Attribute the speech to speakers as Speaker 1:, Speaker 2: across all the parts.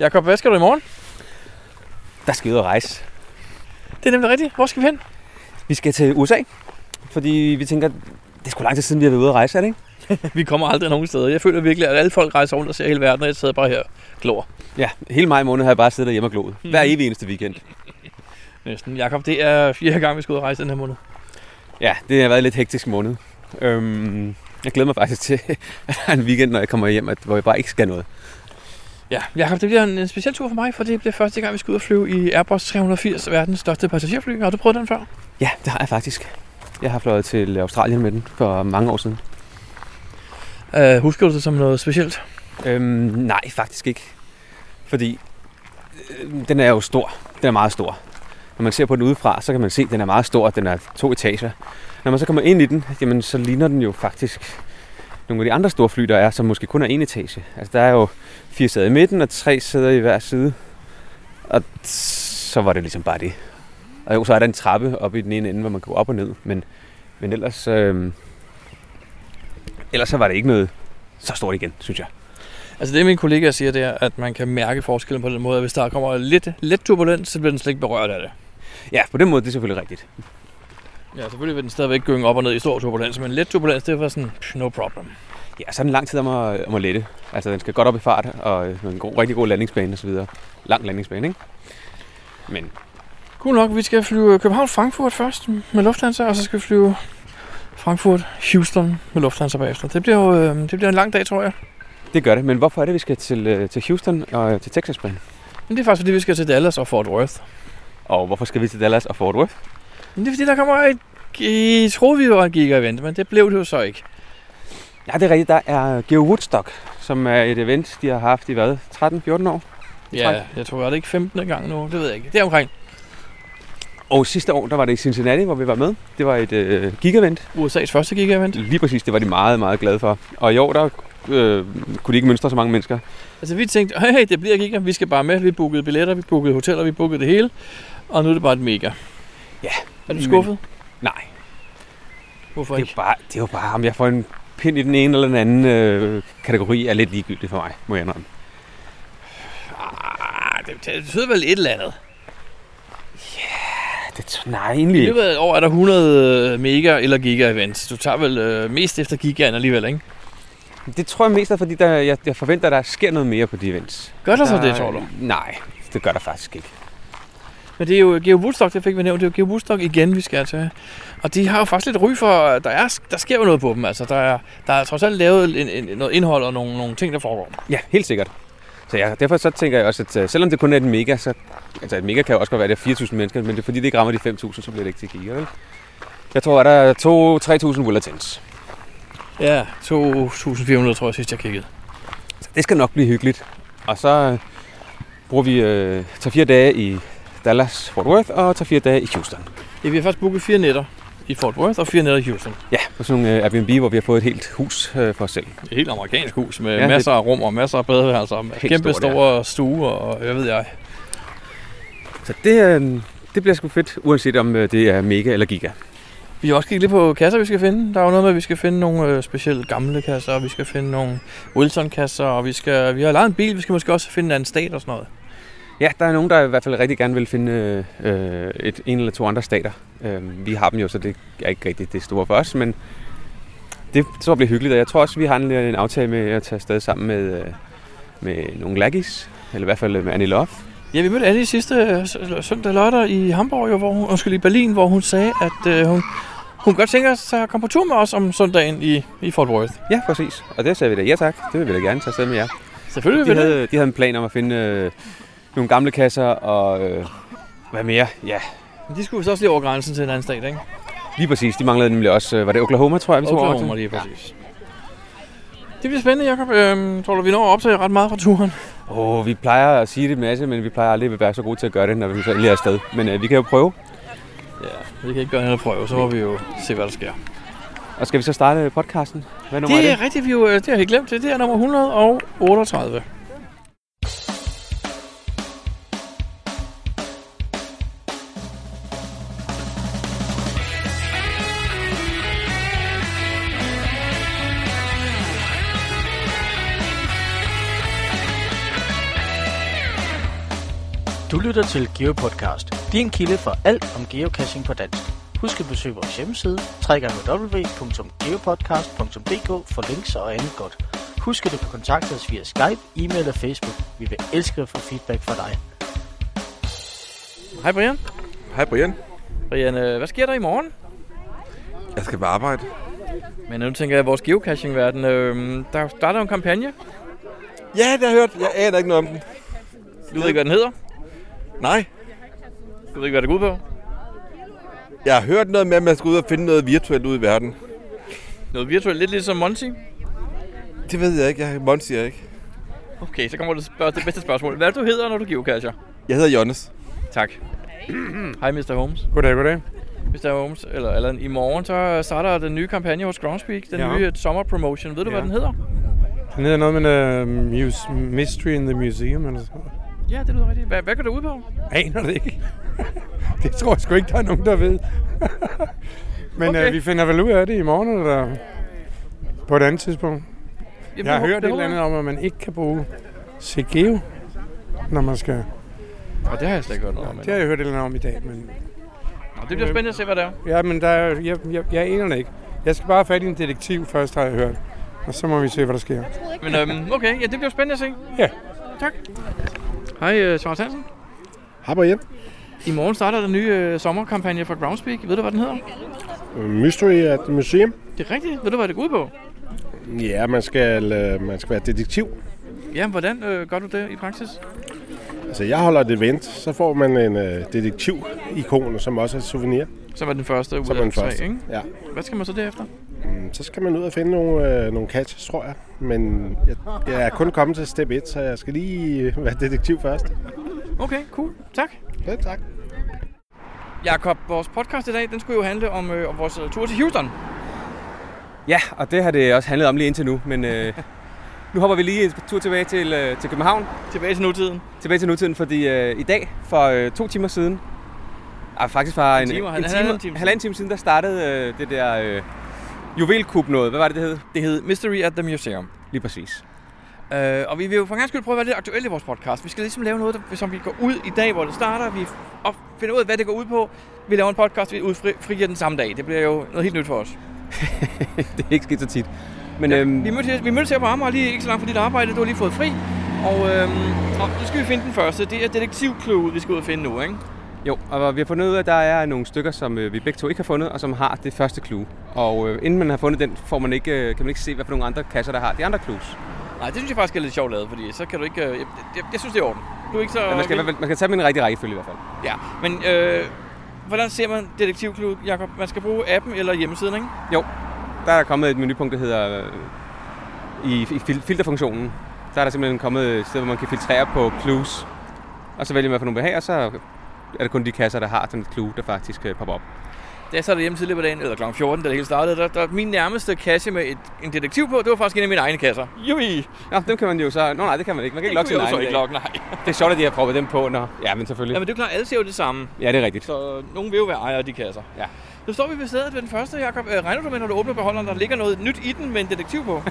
Speaker 1: Jakob, hvad skal du i morgen?
Speaker 2: Der skal vi ud og rejse.
Speaker 1: Det er nemlig rigtigt. Hvor skal vi hen?
Speaker 2: Vi skal til USA, fordi vi tænker, det er sgu lang tid siden, vi har været ude at rejse, er det ikke?
Speaker 1: Vi kommer aldrig nogen steder. Jeg føler virkelig, at alle folk rejser rundt og ser hele verden, og jeg sidder bare her og glor.
Speaker 2: Ja, hele maj måned har jeg bare siddet derhjemme og gloet. Hver evig eneste weekend.
Speaker 1: Næsten. Jakob, det er fjerde gang, vi skal ud og rejse den her måned.
Speaker 2: Ja, det har været en lidt hektisk måned. Øhm, jeg glæder mig faktisk til, at der er en weekend, når jeg kommer hjem, at, hvor jeg bare ikke skal noget.
Speaker 1: Ja, Jakob, det bliver en, en speciel tur for mig, for det bliver første gang, vi skal ud og flyve i Airbus 380, verdens største passagerfly. Har du prøvet den før?
Speaker 2: Ja, det har jeg faktisk. Jeg har fløjet til Australien med den for mange år siden.
Speaker 1: Uh, husker du det som noget specielt?
Speaker 2: Øhm, nej, faktisk ikke. Fordi øh, den er jo stor. Den er meget stor. Når man ser på den udefra, så kan man se, at den er meget stor. Den er to etager. Når man så kommer ind i den, jamen, så ligner den jo faktisk nogle af de andre store fly, der er, som måske kun er en etage. Altså, der er jo fire sæder i midten og tre sæder i hver side. Og t- så var det ligesom bare det. Og jo, så er der en trappe oppe i den ene ende, hvor man kan gå op og ned. Men, men ellers, øh, ellers så var det ikke noget så stort igen, synes jeg.
Speaker 1: Altså det, mine kollegaer siger, det er, at man kan mærke forskellen på den måde, at hvis der kommer lidt, lidt turbulens, så bliver den slet ikke berørt af det.
Speaker 2: Ja, på den måde, det er selvfølgelig rigtigt.
Speaker 1: Ja, selvfølgelig vil den stadigvæk gynge op og ned i stor turbulens, men lidt turbulens, det var sådan, pff, no problem.
Speaker 2: Ja, så er den lang tid om at, om at lette. Altså, den skal godt op i fart, og øh, med en god, rigtig god landingsbane osv. Lang landingsbane, ikke? Men
Speaker 1: Cool nok, vi skal flyve København-Frankfurt først med Lufthansa, og så skal vi flyve Frankfurt-Houston med Lufthansa bagefter. Det bliver jo øh, det bliver en lang dag, tror jeg.
Speaker 2: det gør det. Men hvorfor er det, vi skal til, øh, til Houston og øh, til Texasbanen?
Speaker 1: Men det er faktisk, fordi vi skal til Dallas og Fort Worth.
Speaker 2: Og hvorfor skal vi til Dallas og Fort Worth?
Speaker 1: Men det er, fordi der kommer et... I troede, vi var en giga-event, men det blev det jo så ikke.
Speaker 2: Ja, det er rigtigt. Der er Geo Woodstock, som er et event, de har haft i hvad? 13-14 år?
Speaker 1: Ja, jeg tror, var det ikke 15. gang nu? Det ved jeg ikke. Det er omkring
Speaker 2: Og sidste år, der var det i Cincinnati, hvor vi var med. Det var et øh, gigavent.
Speaker 1: USA's første giga-event.
Speaker 2: Lige præcis, det var de meget, meget glade for. Og i år, der øh, kunne de ikke mønstre så mange mennesker.
Speaker 1: Altså vi tænkte, hey, hey, det bliver giga, vi skal bare med. Vi bookede billetter, vi bookede hoteller, vi bookede det hele. Og nu er det bare et mega.
Speaker 2: Ja,
Speaker 1: Er du
Speaker 2: men-
Speaker 1: skuffet?
Speaker 2: Nej,
Speaker 1: Hvorfor
Speaker 2: Det er,
Speaker 1: ikke?
Speaker 2: jo bare, det er jo bare, om jeg får en pind i den ene eller den anden øh, kategori, er lidt ligegyldigt for mig, må jeg indrømme.
Speaker 1: Ah, det, det betyder vel et eller andet.
Speaker 2: Ja, det nej,
Speaker 1: I
Speaker 2: egentlig ikke.
Speaker 1: løbet af et år er der 100 mega eller giga events. Du tager vel øh, mest efter gigaen alligevel, ikke?
Speaker 2: Det tror jeg mest er, fordi der, jeg, jeg forventer, at der sker noget mere på de events.
Speaker 1: Gør der så
Speaker 2: Der-
Speaker 1: det, tror du?
Speaker 2: Nej, det gør der faktisk ikke.
Speaker 1: Men det er jo Geo Woodstock, det fik vi nævnt. Det er jo Geo Woodstock igen, vi skal til. Og de har jo faktisk lidt ry for, at der, er, der sker jo noget på dem. Altså, der er, der er trods alt lavet en, en, noget indhold og nogle, nogle ting, der foregår.
Speaker 2: Ja, helt sikkert. Så jeg, derfor så tænker jeg også, at øh, selvom det kun er et mega, så... Altså et mega kan jo også godt være, at det er 4.000 mennesker, men det er fordi, det ikke rammer de 5.000, så bliver det ikke til giga, vel? Jeg tror, at der er to- 3.000 Willertons.
Speaker 1: Ja, 2.400 tror jeg sidst, jeg kiggede.
Speaker 2: Så det skal nok blive hyggeligt. Og så øh, bruger vi øh, 3-4 dage i Dallas, Fort Worth, og 3-4 dage i Houston.
Speaker 1: Ja, vi har faktisk booket fire nætter i Fort Worth og fire nætter i Houston.
Speaker 2: Ja, på sådan nogle øh, Airbnb, hvor vi har fået et helt hus øh, for os selv.
Speaker 1: Et helt amerikansk hus med
Speaker 2: Ja,
Speaker 1: ja,
Speaker 2: det-
Speaker 1: masser af rum og masser af badeværelser. Med
Speaker 2: Helt
Speaker 1: kæmpe
Speaker 2: stort, ja.
Speaker 1: store stuer og hvad ved jeg.
Speaker 2: Så det, øh, det bliver sgu fedt, uanset om øh, det er mega eller giga.
Speaker 1: Vi har også kigget lidt på kasser, vi skal finde. Der er jo noget med, at vi skal finde nogle øh, specielle gamle kasser, og vi skal finde nogle Wilson-kasser, og vi, skal, vi har lejet en bil, vi skal måske også finde en anden stat og sådan noget.
Speaker 2: Ja, der er nogen, der i hvert fald rigtig gerne vil finde øh, øh, et, en eller to andre stater. Øh, vi har dem jo, så det er ikke rigtig det store for os, men det tror jeg bliver hyggeligt. Og jeg tror også, vi har en, en aftale med at tage afsted sammen med, øh, med nogle laggies, eller i hvert fald med Annie Love.
Speaker 1: Ja, vi mødte Annie sidste øh, s- eller søndag lørdag i Hamburg, jo, hvor hun, undskyld, i Berlin, hvor hun sagde, at øh, hun, hun godt tænker sig at komme på tur med os om søndagen i, i Fort Worth.
Speaker 2: Ja, præcis. Og det sagde vi da, ja tak, det vil vi da gerne tage afsted med jer.
Speaker 1: Selvfølgelig
Speaker 2: De
Speaker 1: vil det.
Speaker 2: havde, de havde en plan om at finde øh, nogle gamle kasser og øh, hvad mere? Ja,
Speaker 1: Men de skulle så også lige over grænsen til en anden stat, ikke?
Speaker 2: lige præcis. De manglede nemlig også, øh, var det Oklahoma, tror jeg, vi tog over
Speaker 1: Oklahoma,
Speaker 2: til?
Speaker 1: lige præcis. Det bliver spændende, Jacob. Øhm, tror du, vi når at optage ret meget fra turen?
Speaker 2: Åh, oh, vi plejer at sige det en masse, men vi plejer aldrig at være så gode til at gøre det, når vi så endelig er afsted. Men øh, vi kan jo prøve.
Speaker 1: Ja, vi kan ikke gøre andet at prøve, så må vi jo se, hvad der sker.
Speaker 2: Og skal vi så starte podcasten? Hvad nummer
Speaker 1: Det
Speaker 2: er
Speaker 1: er rigtigt, vi jo, øh, det har jeg helt glemt. Det Det er nummer 138.
Speaker 3: Du lytter til GeoPodcast, din kilde for alt om geocaching på dansk. Husk at besøge vores hjemmeside, www.geopodcast.dk for links og andet godt. Husk at du kan kontakte os via Skype, e-mail og Facebook. Vi vil elske at få feedback fra dig.
Speaker 1: Hej Brian.
Speaker 4: Hej Brian.
Speaker 1: Brian, øh, hvad sker der i morgen?
Speaker 4: Jeg skal på arbejde.
Speaker 1: Men nu tænker jeg, at vores geocaching-verden, øh, der starter jo en kampagne.
Speaker 4: Ja, det har jeg hørt. Jeg aner ikke noget om den.
Speaker 1: Du ved ikke, hvad den hedder.
Speaker 4: Nej.
Speaker 1: Du ved ikke, hvad det går ud på.
Speaker 4: Jeg har hørt noget med, at man skal ud og finde noget virtuelt ude i verden.
Speaker 1: Noget virtuelt, lidt ligesom Monty.
Speaker 4: Det ved jeg ikke. Jeg Monsi jeg ikke.
Speaker 1: Okay, så kommer det, spørg- det bedste spørgsmål. Hvad er det, du hedder, når du geocacher?
Speaker 4: Jeg hedder Jonas.
Speaker 1: Tak. Hej Mr. Holmes.
Speaker 2: Goddag, goddag.
Speaker 1: Mr. Holmes, eller Allan, i morgen så starter den nye kampagne hos Groundspeak, den ja.
Speaker 5: Ja.
Speaker 1: nye øh, sommerpromotion. Ved du, ja. hvad
Speaker 5: Ja.
Speaker 1: den hedder?
Speaker 5: Den hedder noget med uh, muse, Mystery in the Museum, eller sådan noget.
Speaker 1: Ja, det lyder rigtigt. Hvad, hvad går det ud på?
Speaker 5: Aner det ikke. det tror jeg sgu ikke, der er nogen, der ved. Men okay.
Speaker 1: Okay.
Speaker 5: uh, vi finder vel ud af det i morgen, eller på et andet tidspunkt.
Speaker 1: Jamen,
Speaker 5: jeg har
Speaker 1: det-
Speaker 5: hørt
Speaker 1: det
Speaker 5: et eller andet
Speaker 1: håber
Speaker 5: om, at man ikke kan bruge CGO, når man skal...
Speaker 1: jeg. Og det har jeg slet ikke hørt noget om.
Speaker 5: Det har jeg hørt et eller andet om i dag, men...
Speaker 1: endnu. Nå, det bliver spændende at se, hvad det er.
Speaker 5: Ja, men der er, jeg, jeg, jeg aner det ikke. Jeg skal bare have fat i en detektiv først, har jeg hørt. Og så må vi se, hvad der sker.
Speaker 1: Men øhm, okay, ja, det bliver spændende at se.
Speaker 5: Ja.
Speaker 1: Tak. Hej, øh, Charles Hansen.
Speaker 6: Hej Brian.
Speaker 1: I morgen starter den nye øh, sommerkampagne fra Groundspeak. Ved du, hvad den hedder?
Speaker 6: Mystery at the Museum.
Speaker 1: Det er rigtigt. Ved du, hvad det går ud på?
Speaker 6: Ja, man skal, øh, man skal være detektiv.
Speaker 1: Ja, hvordan øh, gør du det i praksis?
Speaker 6: Altså, jeg holder et event, så får man en øh, detektiv-ikon, som også er et souvenir.
Speaker 1: Så var den første ud
Speaker 6: Så er
Speaker 1: af
Speaker 6: man
Speaker 1: tre,
Speaker 6: først.
Speaker 1: ikke?
Speaker 6: Ja.
Speaker 1: Hvad skal man så derefter?
Speaker 6: Mm, Så skal man ud og finde nogle, øh, nogle catches, tror jeg. Men jeg, jeg er kun kommet til step 1, så jeg skal lige øh, være detektiv først.
Speaker 1: Okay, cool. Tak.
Speaker 6: Ja, tak.
Speaker 1: Jakob, vores podcast i dag, den skulle jo handle om, øh, om vores øh, tur til Houston.
Speaker 2: Ja, og det har det også handlet om lige indtil nu, men øh, nu hopper vi lige en tur tilbage til, øh, til København.
Speaker 1: Tilbage til nutiden.
Speaker 2: Tilbage til nutiden, fordi øh, i dag, for øh, to timer siden, ej, faktisk var en,
Speaker 1: timer,
Speaker 2: en
Speaker 1: halvanden
Speaker 2: time,
Speaker 1: time siden.
Speaker 2: halvanden time siden, der startede øh, det der øh, juvelkub noget. Hvad var det, det hed?
Speaker 1: Det hed Mystery at the Museum.
Speaker 2: Lige præcis.
Speaker 1: Øh, og vi vil jo for en gang skyld prøve at være lidt aktuelle i vores podcast. Vi skal ligesom lave noget, der, som vi går ud i dag, hvor det starter. Vi op, finder ud af, hvad det går ud på. Vi laver en podcast, vi udfri, frigiver den samme dag. Det bliver jo noget helt nyt for os.
Speaker 2: det er ikke sket så tit. Men
Speaker 1: Ja,
Speaker 2: øhm,
Speaker 1: vi, mødtes, vi mødtes her på Amager lige ikke så langt fra dit arbejde. Du har lige fået fri. Og, øhm, og nu skal vi finde den første. Det er detektivkløvet, vi skal ud og finde nu, ikke?
Speaker 2: Jo, og vi har fundet ud af, at der er nogle stykker, som øh, vi begge to ikke har fundet, og som har det første clue. Og øh, inden man har fundet den, får man ikke, øh, kan man ikke se, hvad for nogle andre kasser, der har de andre clues.
Speaker 1: Nej, det synes jeg faktisk er lidt sjovt lavet, fordi så kan du ikke... Øh, jeg, jeg, jeg, synes, det er i orden. Du er ikke så...
Speaker 2: Men man skal, i hvert fald- man skal tage dem i den rigtige rækkefølge i hvert fald.
Speaker 1: Ja, men øh, hvordan ser man detektivkløvet, Jakob? Man skal bruge appen eller hjemmesiden, ikke?
Speaker 2: Der er kommet et menupunkt, der hedder... Øh, I, i fil- filterfunktionen, der er der simpelthen kommet et sted, hvor man kan filtrere på clues. Og så vælger man, hvad for nogle behag, og så er det kun de kasser, der har den clue, der faktisk øh, popper op.
Speaker 1: Da jeg sad derhjemme tidligere på dagen, eller kl. 14, da det hele startede, der, der min nærmeste kasse med et, en detektiv på, det var faktisk en af mine egne kasser. Jui!
Speaker 2: Nå, dem kan man jo så... Nå nej, det kan man ikke. Man kan ikke
Speaker 1: Det
Speaker 2: logge
Speaker 1: kunne
Speaker 2: sin
Speaker 1: jeg jo så
Speaker 2: egen.
Speaker 1: ikke
Speaker 2: dag.
Speaker 1: logge, nej.
Speaker 2: Det er sjovt, at de har proppet dem på, når... Ja, men
Speaker 1: Ja,
Speaker 2: selvfølgelig.
Speaker 1: men det er klart, alle ser jo det samme,
Speaker 2: Ja, det er rigtigt.
Speaker 1: så nogen vil jo være ejere af de kasser.
Speaker 2: Ja.
Speaker 1: Nu står vi ved stedet ved den første, Jakob. Øh, Regner du med, når du åbner beholderen, der ligger noget nyt i den med en detektiv på?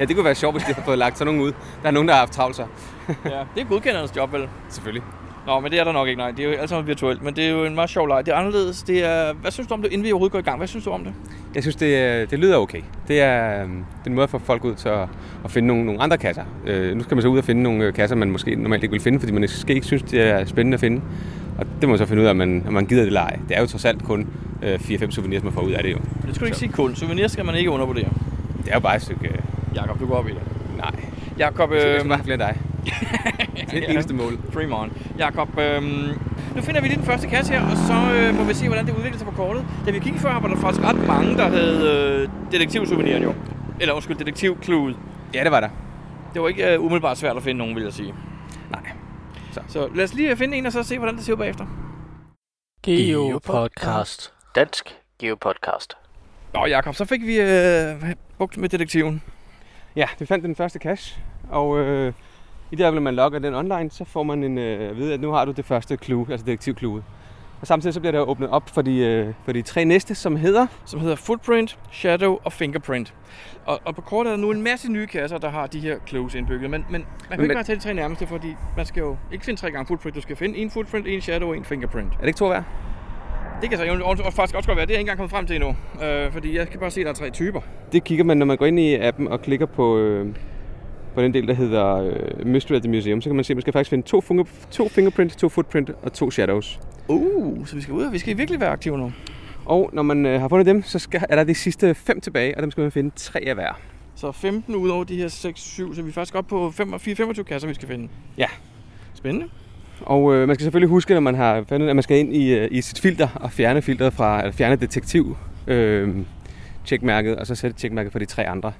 Speaker 2: Ja, det kunne være sjovt, hvis de havde fået lagt sådan nogen ud. Der er nogen, der har haft travlt sig.
Speaker 1: ja. Det er godkenderens job, vel?
Speaker 2: Selvfølgelig.
Speaker 1: Nå, men det er der nok ikke, nej. Det er jo alt sammen virtuelt, men det er jo en meget sjov leg. Det er anderledes. Det er... Hvad synes du om det, inden vi overhovedet går i gang? Hvad synes du om det?
Speaker 2: Jeg synes, det, øh, det lyder okay. Det er, øhm, det er en måde at få folk ud til at, at finde nogle, nogle andre kasser. Øh, nu skal man så ud og finde nogle øh, kasser, man måske normalt ikke ville finde, fordi man måske ikke synes, det er spændende at finde. Og det må man så finde ud af, om man, om man gider det eller ej. Det er jo trods alt kun øh, 4-5 souvenirs, man får ud af det jo.
Speaker 1: Det skal du ikke sige kun. Souvenir skal man ikke undervurdere.
Speaker 2: Det er jo bare et stykke... Øh,
Speaker 1: Jakob, du går op i det.
Speaker 2: nej,
Speaker 1: Jakob,
Speaker 2: øh, jeg
Speaker 1: øh,
Speaker 2: skal bare have flere af dig. det er det
Speaker 1: Ja.
Speaker 2: eneste mål.
Speaker 1: Dream on. Jakob, øhm, nu finder vi lige den første kasse her, og så øh, må vi se, hvordan det udvikler sig på kortet. Da vi kiggede før, var der faktisk ret mange, der havde øh, detektivsouveniren jo. Eller undskyld, detektivklude.
Speaker 2: Ja, det var der.
Speaker 1: Det var ikke øh, umiddelbart svært at finde nogen, vil jeg sige.
Speaker 2: Nej.
Speaker 1: Så.
Speaker 2: Så.
Speaker 1: så lad os lige finde en, og så se, hvordan det ser ud bagefter.
Speaker 3: GeoPodcast. Dansk GeoPodcast.
Speaker 1: Nå, Jakob, så fik vi øh, bugt med detektiven.
Speaker 2: Ja, vi fandt den første cache, og øh, i det øjeblik, man logger den online, så får man en, øh, at vide, at nu har du det første clue, altså detektivclueet. Og samtidig så bliver der åbnet op for de, øh, for de tre næste, som hedder...
Speaker 1: som hedder Footprint, Shadow og Fingerprint. Og, og på kortet er der nu en masse nye kasser, der har de her clues indbygget, men, men man kan
Speaker 2: Men-
Speaker 1: ikke bare tage de tre nærmeste, fordi man skal jo ikke finde tre gange Footprint. Du skal finde en Footprint, en Shadow og en Fingerprint.
Speaker 2: Er det ikke to hver?
Speaker 1: Det kan så jo og- og faktisk også godt være, det er jeg ikke engang kommet frem til endnu, øh, fordi jeg kan bare se, at der er tre typer.
Speaker 2: Det kigger man, når man går ind i appen og klikker på, øh, på den del, der hedder øh, Mystery at the Museum, så kan man se, at man skal faktisk finde to, finger, to fingerprint, to footprint og to shadows.
Speaker 1: Uh, så vi skal ud, og vi skal virkelig være aktive nu.
Speaker 2: Og når man øh, har fundet dem, så skal, er der de sidste fem tilbage, og dem skal man finde tre af hver.
Speaker 1: Så 15 ud over de her 6-7, så vi er faktisk oppe på 25 kasser, vi skal finde.
Speaker 2: Ja.
Speaker 1: Spændende.
Speaker 2: Og øh, man skal selvfølgelig huske, når man har fundet, at man skal ind i, øh, i sit filter og fjerne filteret fra, eller fjerne detektiv øh, checkmærket, og så sætte checkmærket for de tre andre.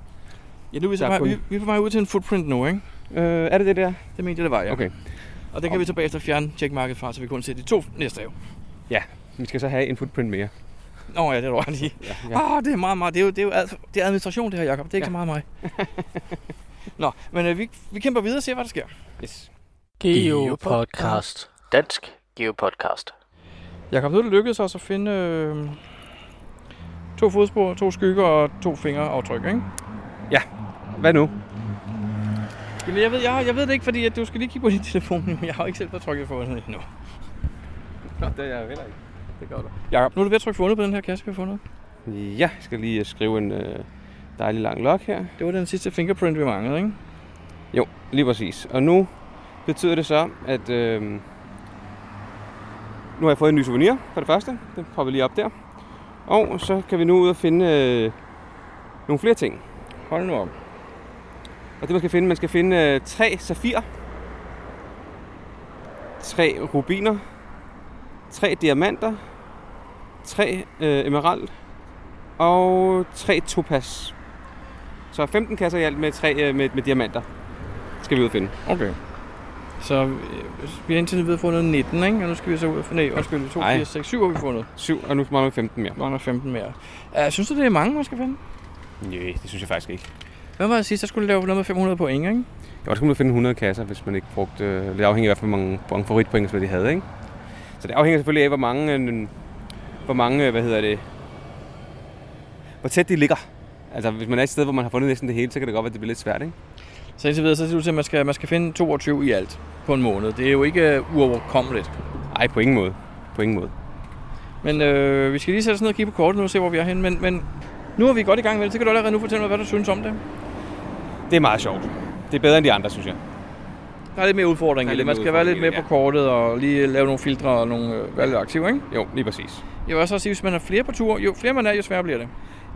Speaker 1: Ja, nu er vi, så
Speaker 2: Der er
Speaker 1: vej,
Speaker 2: kun-
Speaker 1: vi, vi er på vej ud til en Footprint nu, ikke?
Speaker 2: Øh, er det det der?
Speaker 1: Det mente jeg, det var, ja.
Speaker 2: Okay.
Speaker 1: Og den kan vi så bagefter fjerne checkmarkedet fra, så vi kun ser de to næste af.
Speaker 2: Vi skal så have en footprint mere.
Speaker 1: Nå ja, det var lige.
Speaker 2: Ja, ja.
Speaker 1: Åh, det er meget, meget. Det er jo, det er jo ad, det er administration, det her, Jacob. Det er ikke ja. så meget mig. Nå, men øh, vi, vi kæmper videre og ser, hvad der sker.
Speaker 2: Yes.
Speaker 3: Geo Podcast. Dansk Geo Podcast.
Speaker 1: Jacob, nu er det lykkedes os at finde øh, to fodspor, to skygger og to fingeraftryk, ikke?
Speaker 2: Hvad nu?
Speaker 1: Jamen, jeg ved, jeg, har- jeg ved det ikke, fordi at du skal lige kigge på din telefon. men Jeg har jo ikke selv fået trykket for den endnu.
Speaker 2: Nå, det er jeg heller ikke. Det gør du.
Speaker 1: Jacob, nu er du ved at trykke fundet på den her kasse, vi har fundet.
Speaker 2: Ja, jeg skal lige øh, skrive en øh, dejlig lang log her.
Speaker 1: Det var den sidste fingerprint, vi manglede, ikke?
Speaker 2: Jo, lige præcis. Og nu betyder det så, at øh, nu har jeg fået en ny souvenir for det første. Den popper lige op der. Og så kan vi nu ud og finde øh, nogle flere ting.
Speaker 1: Hold nu op.
Speaker 2: Og det man skal finde, man skal finde øh, tre safirer, tre rubiner, tre diamanter, tre øh, emerald og tre topaz. Så 15 kasser i alt med, tre, øh, med, med diamanter skal vi ud og finde.
Speaker 1: Okay. Så øh, vi har indtil videre fundet 19, ikke? Og nu skal vi så ud og finde... Nej, undskyld, 2,
Speaker 2: Ej.
Speaker 1: 4, 6, 7 har vi fundet.
Speaker 2: 7, og nu mangler vi 15 mere.
Speaker 1: Mangler 15 mere. Uh, synes du, det er mange, man skal finde?
Speaker 2: Nej, det synes jeg faktisk ikke.
Speaker 1: Hvad var det sidst, der skulle lave noget med 500 point, ikke?
Speaker 2: Jeg var skulle finde 100 kasser, hvis man ikke brugte... Øh, lidt afhængig af, hvor mange, hvor mange favoritpoint, som de havde, ikke? Så det afhænger selvfølgelig af, hvor mange... Øh, hvor mange, øh, hvad hedder det... Hvor tæt de ligger. Altså, hvis man er et sted, hvor man har fundet næsten det hele, så kan det godt være, at det bliver lidt svært, ikke?
Speaker 1: Så indtil videre, så siger du til, at man skal, man skal finde 22 i alt på en måned. Det er jo ikke uh, uoverkommeligt.
Speaker 2: Ej, på ingen måde. På ingen måde.
Speaker 1: Men øh, vi skal lige sætte os ned og kigge på kortet nu og se, hvor vi er henne. Men, men nu er vi godt i gang med det. Så kan du allerede nu fortælle mig, hvad du synes om det.
Speaker 2: Det er meget sjovt. Det er bedre end de andre, synes jeg.
Speaker 1: Der er lidt mere udfordring
Speaker 2: Der er
Speaker 1: i
Speaker 2: lidt
Speaker 1: det. Man
Speaker 2: mere
Speaker 1: skal være lidt
Speaker 2: udfordring i
Speaker 1: mere på
Speaker 2: det,
Speaker 1: kortet og lige lave nogle filtre og nogle øh, være lidt aktiv, ikke?
Speaker 2: Jo, lige præcis.
Speaker 1: Jeg vil også sige, at hvis man er flere på tur, jo flere man er, jo sværere bliver det.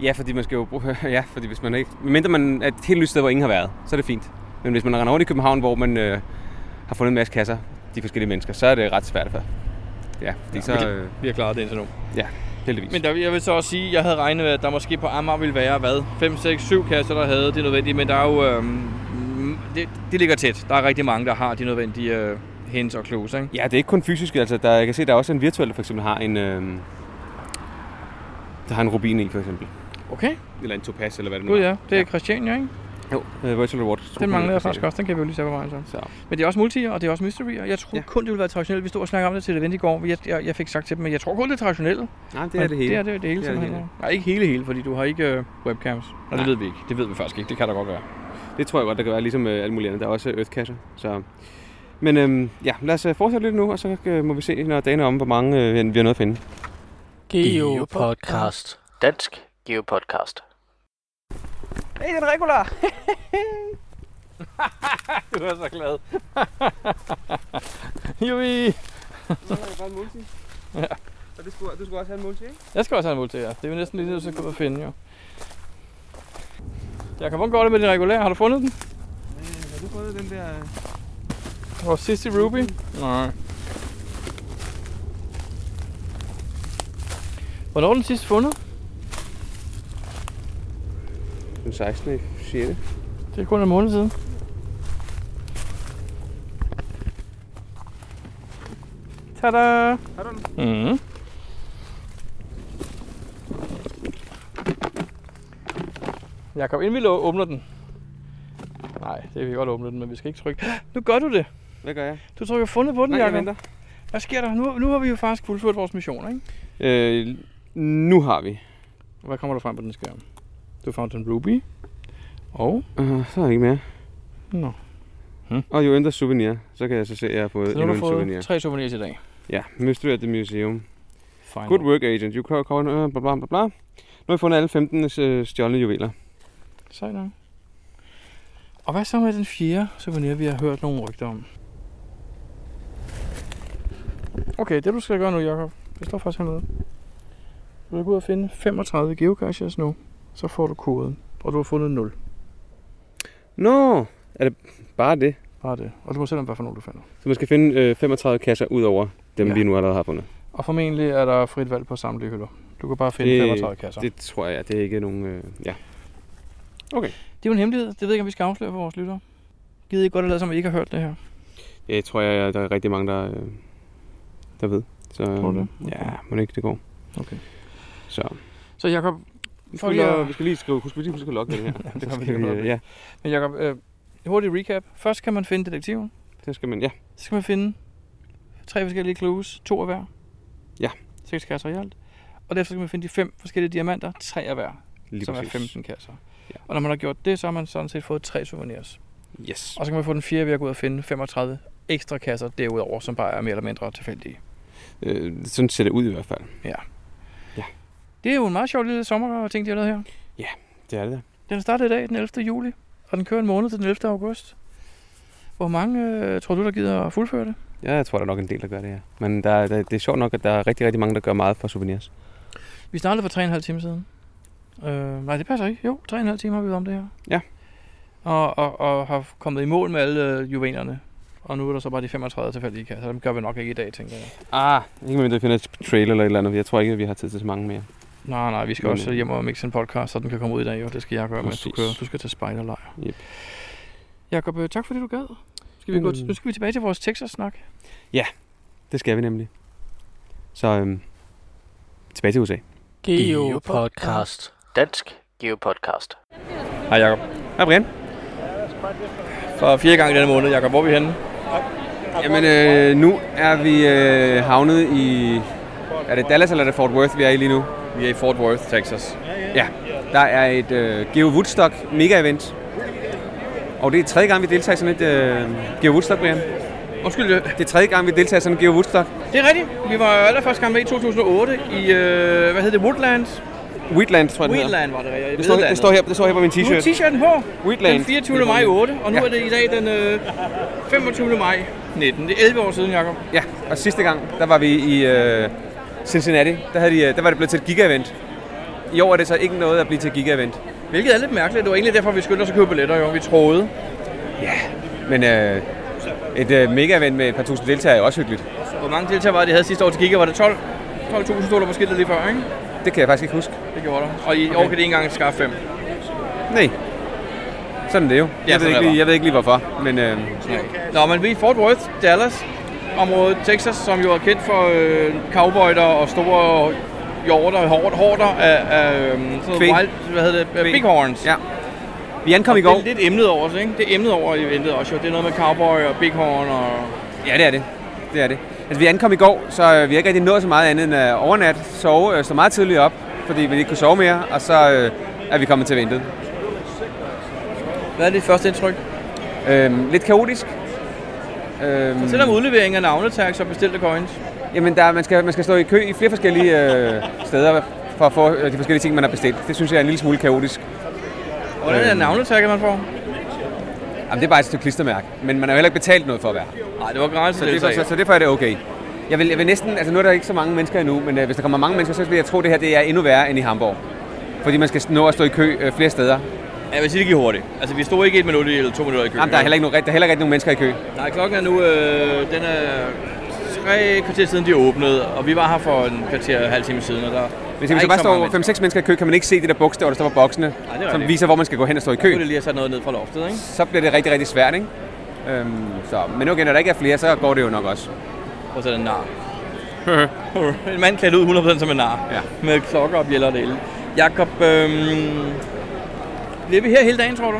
Speaker 2: Ja, fordi man skal jo bruge... ja, fordi hvis man ikke... Mindre man er et helt nyt sted, hvor ingen har været, så er det fint. Men hvis man render rundt i København, hvor man øh, har fundet en masse kasser, de forskellige mennesker, så er det ret svært for. Ja, fordi ja,
Speaker 1: men
Speaker 2: så... Øh,
Speaker 1: Vi har klaret det indtil nu.
Speaker 2: ja, heldigvis.
Speaker 1: Men der, jeg vil så også sige, at jeg havde regnet med, at der måske på Amager ville være, hvad, 5, 6, 7 kasser, der havde det nødvendige, men der er jo, øhm, mm, det, det ligger tæt. Der er rigtig mange, der har de nødvendige øh, hints og clues, ikke?
Speaker 2: Ja, det er ikke kun fysisk. Altså, der, jeg kan se, der er også en virtuel, der for eksempel har en... Øh, der har en rubin i, for eksempel.
Speaker 1: Okay,
Speaker 2: Eller en topaz, eller hvad det nu
Speaker 1: gud ja. Det er
Speaker 2: Ja.
Speaker 1: Christiania, ikke?
Speaker 2: Jo, øh, virtual reward.
Speaker 1: Den mangler jeg faktisk også, den kan vi jo lige tage på vejen så.
Speaker 2: Så.
Speaker 1: Men det er også multier, og det er også mystery, og jeg tror ja.
Speaker 2: Ja.
Speaker 1: kun, det ville være traditionelt. Vi stod og snakkede om det til det event i går, jeg, jeg, jeg fik sagt til dem, men jeg tror kun, det er traditionelle.
Speaker 2: Nej, det er det hele.
Speaker 1: Det er det, det hele,
Speaker 2: Det er det
Speaker 1: simpelthen.
Speaker 2: hele.
Speaker 1: Nej, ikke hele hele, fordi du har ikke øh, webcams. Nej,
Speaker 2: Nej.
Speaker 1: det ved vi ikke. Det ved vi faktisk ikke. Det kan der godt være.
Speaker 2: Det tror jeg godt, der kan være, ligesom øh, alle mulige andre. Der er også Earthcasher. Så. Men øhm, ja, lad os øh, fortsætte lidt nu, og så øh, må vi se, når dagen er om, hvor mange øh, vi har nået at finde.
Speaker 3: Geo Podcast. Dansk Geo Podcast.
Speaker 2: Hey, den er regular!
Speaker 1: Du er så glad. Jui!
Speaker 2: Så er det bare en multi.
Speaker 1: Ja.
Speaker 2: Og det skulle, du skulle også have en multi, ikke?
Speaker 1: Jeg skal også have en multi, ja. Det er vi næsten lige nødt til at gå ud og finde, jo. Jeg kan godt det med den regulære. Har du fundet den?
Speaker 2: Øh, Har du fået den der... øh?
Speaker 1: Vores sidste Ruby? Nej. Hvornår er den sidst fundet?
Speaker 2: Den 16. i 6.
Speaker 1: Det er kun en måned siden. Tada!
Speaker 2: Har du den?
Speaker 1: Mm. Jakob, inden vi lå- åbner den. Nej, det kan vi godt åbne den, men vi skal ikke trykke. Nu gør du det.
Speaker 2: Hvad gør jeg?
Speaker 1: Du trykker fundet på den,
Speaker 2: Nej, jeg
Speaker 1: Jakob.
Speaker 2: venter.
Speaker 1: Hvad sker der? Nu, nu har vi jo faktisk fuldført vores mission, ikke?
Speaker 2: Øh, nu har vi.
Speaker 1: Og Hvad kommer der frem på den skærm? Du fandt en ruby. Og?
Speaker 2: Uh, så er der ikke mere.
Speaker 1: Nå.
Speaker 2: Og jo ændrer souvenir. Så kan jeg så se, at jeg har fået
Speaker 1: Så nu har
Speaker 2: endnu
Speaker 1: du
Speaker 2: en souvenir.
Speaker 1: fået tre souvenirs i dag.
Speaker 2: Ja, Mystery at the Museum.
Speaker 1: Final.
Speaker 2: Good work, agent. You cover, cover, bla bla bla bla. Nu har vi fundet alle 15 øh, stjålne juveler.
Speaker 1: Sejt nok. Og hvad så med den fjerde souvenir, vi har hørt nogle rygter om? Okay, det du skal gøre nu, Jacob, det står faktisk hernede. Du skal gå ud og finde 35 geocaches nu, så får du koden, og du har fundet 0.
Speaker 2: Nå, er det bare det?
Speaker 1: Bare det. Og du må selv om, hvad for nogen du finder.
Speaker 2: Så man skal finde øh, 35 kasser ud over dem,
Speaker 1: Ja.
Speaker 2: ja. vi nu allerede har fundet.
Speaker 1: Og formentlig er der frit valg på samtlige hylder. Du kan bare finde
Speaker 2: Det-
Speaker 1: 35 kasser. Det,
Speaker 2: Det tror jeg, det er ikke nogen... Øh, ja.
Speaker 1: det er jo en hemmelighed. Det ved jeg ikke, om vi skal afsløre for vores lyttere. Gider I godt at lade som, I ikke har hørt det her?
Speaker 2: Det tror jeg, der er rigtig mange, der, øh, der ved. Så, øh,
Speaker 1: Tror du det?
Speaker 2: Ja, må det ikke det går.
Speaker 1: Okay.
Speaker 2: Så.
Speaker 1: Så Jacob,
Speaker 2: Vi
Speaker 1: skal lige-
Speaker 2: vi skal lige skrive, husk, vi lige skal logge det her.
Speaker 1: det
Speaker 2: Så
Speaker 1: gør vi
Speaker 2: skal
Speaker 1: lige om et
Speaker 2: øh, ja,
Speaker 1: men Jacob øh, hurtig recap. Først kan man finde detektiven.
Speaker 2: det skal man, ja.
Speaker 1: Så skal man finde tre forskellige clues, to af hver.
Speaker 2: Ja.
Speaker 1: Seks kasser i alt. Og derefter skal man finde de fem forskellige diamanter, tre af hver,
Speaker 2: Lige
Speaker 1: som
Speaker 2: præcis.
Speaker 1: er 15 kasser.
Speaker 2: Ja.
Speaker 1: Og når man har gjort det, så har man sådan set fået tre souvenirs.
Speaker 2: Yes.
Speaker 1: Og så kan man få den fjerde ved at gå ud og finde 35 ekstra kasser derudover, som bare er mere eller mindre tilfældige.
Speaker 2: Øh, sådan ser det ud i hvert fald.
Speaker 1: Det er jo en meget sjov lille sommerting, de har lavet her.
Speaker 2: Det er det.
Speaker 1: Den starter i dag, den 11. juli, og den kører en måned til den 11. august. Hvor mange øh, tror du, der gider at fuldføre det?
Speaker 2: Ja, jeg tror, der er nok en del, der gør det her. Men der, er- der, det er sjovt nok, at der er rigtig, rigtig mange, der gør meget for souvenirs.
Speaker 1: Vi startede for 3,5 timer siden. Øh, nej, det passer ikke. Jo, 3,5 timer har vi været om det her.
Speaker 2: Ja.
Speaker 1: Og, og, og har kommet i mål med alle øh, juvelerne. Og nu er der så bare de 35 tilfældige kasser. Dem gør vi nok ikke i dag, tænker jeg.
Speaker 2: Ah, ikke med, at finder et trailer eller et eller andet. Jeg tror ikke, at vi har tid til så mange mere.
Speaker 1: Nej, nej, vi skal
Speaker 2: Men,
Speaker 1: også
Speaker 2: øh,
Speaker 1: hjem og mixe en podcast, så den kan komme ud i dag. Jo. Det skal jeg gøre, mens du
Speaker 2: Præcis.
Speaker 1: kører. Du skal til spejderlejr.
Speaker 2: Yep.
Speaker 1: Jakob, øh, tak fordi du gad. Skal vi gå t-
Speaker 2: Mm.
Speaker 1: nu skal vi tilbage til vores Texas-snak.
Speaker 2: Det skal vi nemlig. Så øhm, tilbage til USA.
Speaker 3: Geopodcast. Dansk Geopodcast.
Speaker 1: Hej Jakob.
Speaker 2: Hej Brian.
Speaker 1: For fjerde gang i denne måned, Jakob, hvor er vi henne?
Speaker 2: Jamen, øh, nu er vi øh, havnet i... Er det Dallas eller er det Fort Worth, vi er i lige nu?
Speaker 1: Vi er i Fort Worth, Texas.
Speaker 2: Ja. Der er et øh, Geo Woodstock mega-event. Og det er tredje gang, vi deltager i sådan et øh, Geo Woodstock, Brian.
Speaker 1: Undskyld, øh,
Speaker 2: Det er tredje gang, vi deltager i sådan et Geo Woodstock.
Speaker 1: Det er rigtigt. Vi var allerførst gang med i 2008 i, øh, hvad hed det, Woodlands?
Speaker 2: Wheatland, tror jeg, det hedder.
Speaker 1: Wheatland var det rigtigt.
Speaker 2: Det står, her, det, står her, det står her på min
Speaker 1: Nu er
Speaker 2: t-shirt.
Speaker 1: t-shirten på.
Speaker 2: Wheatland.
Speaker 1: Den 24. maj 8, og nu
Speaker 2: Ja.
Speaker 1: er det i dag den øh, 25. maj 19. Det er 11 år siden, Jacob.
Speaker 2: Ja, og sidste gang, der var vi i øh, Cincinnati. Der, havde de, øh, der var det blevet til et giga-event. I år er det så ikke noget at blive til et giga-event.
Speaker 1: Hvilket er lidt mærkeligt. Det var egentlig derfor, vi skyndte os at købe billetter, jo. Vi troede.
Speaker 2: Men øh, et øh, mega-event med et par tusind deltagere er også hyggeligt.
Speaker 1: Hvor mange deltagere var det, de havde sidste år til Giga? Var det 12? 12.000 stod der måske lidt lige før, ikke?
Speaker 2: Det kan jeg faktisk ikke huske.
Speaker 1: Det gjorde der. Og i år kan de ikke engang skaffe 5.
Speaker 2: Nej. Sådan er det jo. jeg,
Speaker 1: sådan
Speaker 2: ved
Speaker 1: er
Speaker 2: ikke,
Speaker 1: det
Speaker 2: lige,
Speaker 1: bare.
Speaker 2: jeg ved ikke lige hvorfor, men øh,
Speaker 1: Nå, men vi er i Fort Worth, Dallas, området Texas, som jo er kendt for øh, cowboyter og store hjorter, hård, hårder af, af øhm, sådan noget
Speaker 2: Kvæg.
Speaker 1: wild, hvad hedder det, Kvæg.
Speaker 2: Kvæg.
Speaker 1: bighorns.
Speaker 2: ja. Vi ankom i
Speaker 1: Det
Speaker 2: går.
Speaker 1: er lidt emnet over os, ikke? Det er emnet over i eventet også, jo. Det er noget med cowboy og bighorn og...
Speaker 2: Ja, det er det. Det er det. Altså, vi ankom i går, så øh, vi har ikke rigtig nået så meget andet end at overnat, sove, øh, stå meget tidligt op, fordi vi ikke kunne sove mere, og så øh, er vi kommet til ventet.
Speaker 1: Hvad er dit første indtryk?
Speaker 2: Øhm, lidt kaotisk. Øhm,
Speaker 1: Fortæl om udlevering af navnetags og bestilte coins.
Speaker 2: Jamen, der, man, skal, man skal stå i kø i flere forskellige øh, steder for at få øh, de forskellige ting, man har bestilt. Det synes jeg er en lille smule kaotisk.
Speaker 1: Hvordan er
Speaker 2: Øhm.
Speaker 1: navnetagget, man får?
Speaker 2: Jamen, det er bare et stykke klistermærke, men man har jo heller ikke betalt noget for at være her.
Speaker 1: Nej, det var gratis.
Speaker 2: Så, det, så, så derfor er det okay. Jeg vil, jeg vil næsten, altså nu er der ikke så mange mennesker endnu, men øh, hvis der kommer mange mennesker, så vil jeg tro, at det her det er endnu værre end i Hamburg. Fordi man skal nå at stå i kø øh, flere steder.
Speaker 1: Jeg vil sige, det gik hurtigt. Altså, vi stod ikke et minut eller to minutter i kø.
Speaker 2: Jamen, der er heller ikke, nogen, der er heller ikke rigtig nogen mennesker i kø.
Speaker 1: Nej, klokken er nu, øh, den er tre kvarter siden de åbnede, og vi var her for en kvarter og en halv time siden, og der
Speaker 2: Hvis hvis
Speaker 1: ikke
Speaker 2: der bare
Speaker 1: så mange
Speaker 2: står 5-6 mennesker i kø, kan man ikke se de der bogstaver, der står på boksene,
Speaker 1: det er
Speaker 2: som
Speaker 1: rigtigt.
Speaker 2: viser, hvor man skal gå hen og stå i kø.
Speaker 1: kunne de lige have sat noget ned fra loftet, ikke?
Speaker 2: så bliver det rigtig, rigtig svært, ikke? Øhm, så, men okay, når der ikke er flere, så går det jo nok også.
Speaker 1: Og så er den nar. en mand klædt ud 100% som en nar.
Speaker 2: Ja.
Speaker 1: Med klokker og øhm, bjæller og det hele. Jakob, øh, bliver vi her hele dagen, tror du?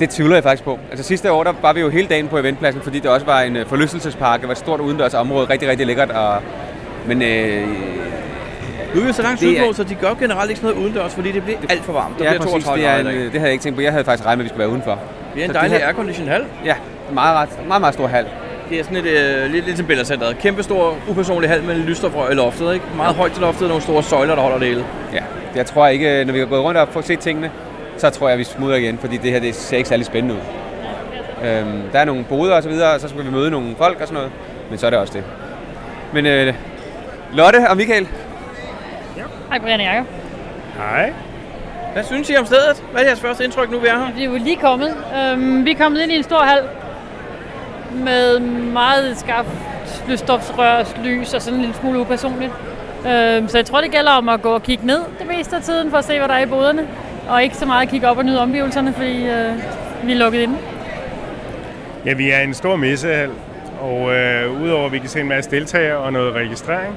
Speaker 2: Det tvivler jeg faktisk på. Altså sidste år, der var vi jo hele dagen på eventpladsen, fordi det også var en øh, forlystelsespark. Det var et stort udendørs område, rigtig, rigtig lækkert. Og... Men øh,
Speaker 1: Nu er vi så langt
Speaker 2: Det er-
Speaker 1: sydpå, så de gør generelt ikke sådan noget udendørs, fordi det bliver alt for varmt. Der
Speaker 2: ja,
Speaker 1: bliver
Speaker 2: præcis,
Speaker 1: 32
Speaker 2: det, er en,
Speaker 1: grader.
Speaker 2: øh,
Speaker 1: Det
Speaker 2: det havde jeg ikke tænkt på. Jeg havde faktisk regnet med, at vi skulle være udenfor.
Speaker 1: Vi er en
Speaker 2: så det
Speaker 1: dejlig
Speaker 2: her-
Speaker 1: aircondition hall.
Speaker 2: Ja, meget, ret, meget, meget stor hal.
Speaker 1: Det er sådan et, øh, lidt, lidt som Bellacenteret. Kæmpe stor, upersonlig hal med lysstofrør i loftet. Ikke? Meget højt til loftet og nogle store søjler, der holder det hele.
Speaker 2: Ja, jeg tror ikke, øh, når vi har gået rundt og fået set tingene, så tror jeg, at vi smutter igen, fordi det her det ser ikke særlig spændende ud. Øhm, der er nogle boder og så videre, og så skal vi møde nogle folk og sådan noget, men så er det også det. Men øh, Lotte og Michael,
Speaker 7: Hej, Brian og Jacob.
Speaker 6: Hej.
Speaker 1: Hvad synes I om stedet? Hvad er jeres første indtryk, nu vi er her?
Speaker 7: Vi er jo lige kommet. Øhm, vi er kommet ind i en stor hal med meget skarpt lysstofsrør, lys og sådan en lille smule upersonligt. Øhm, så jeg tror, det gælder om at gå og kigge ned det meste af tiden for at se, hvad der er i boderne. Og ikke så meget at kigge op og nyde omgivelserne, fordi øh, vi er lukket inde.
Speaker 8: Ja, vi er en stor messehal, og øh, udover at vi kan se en masse deltagere og noget registrering,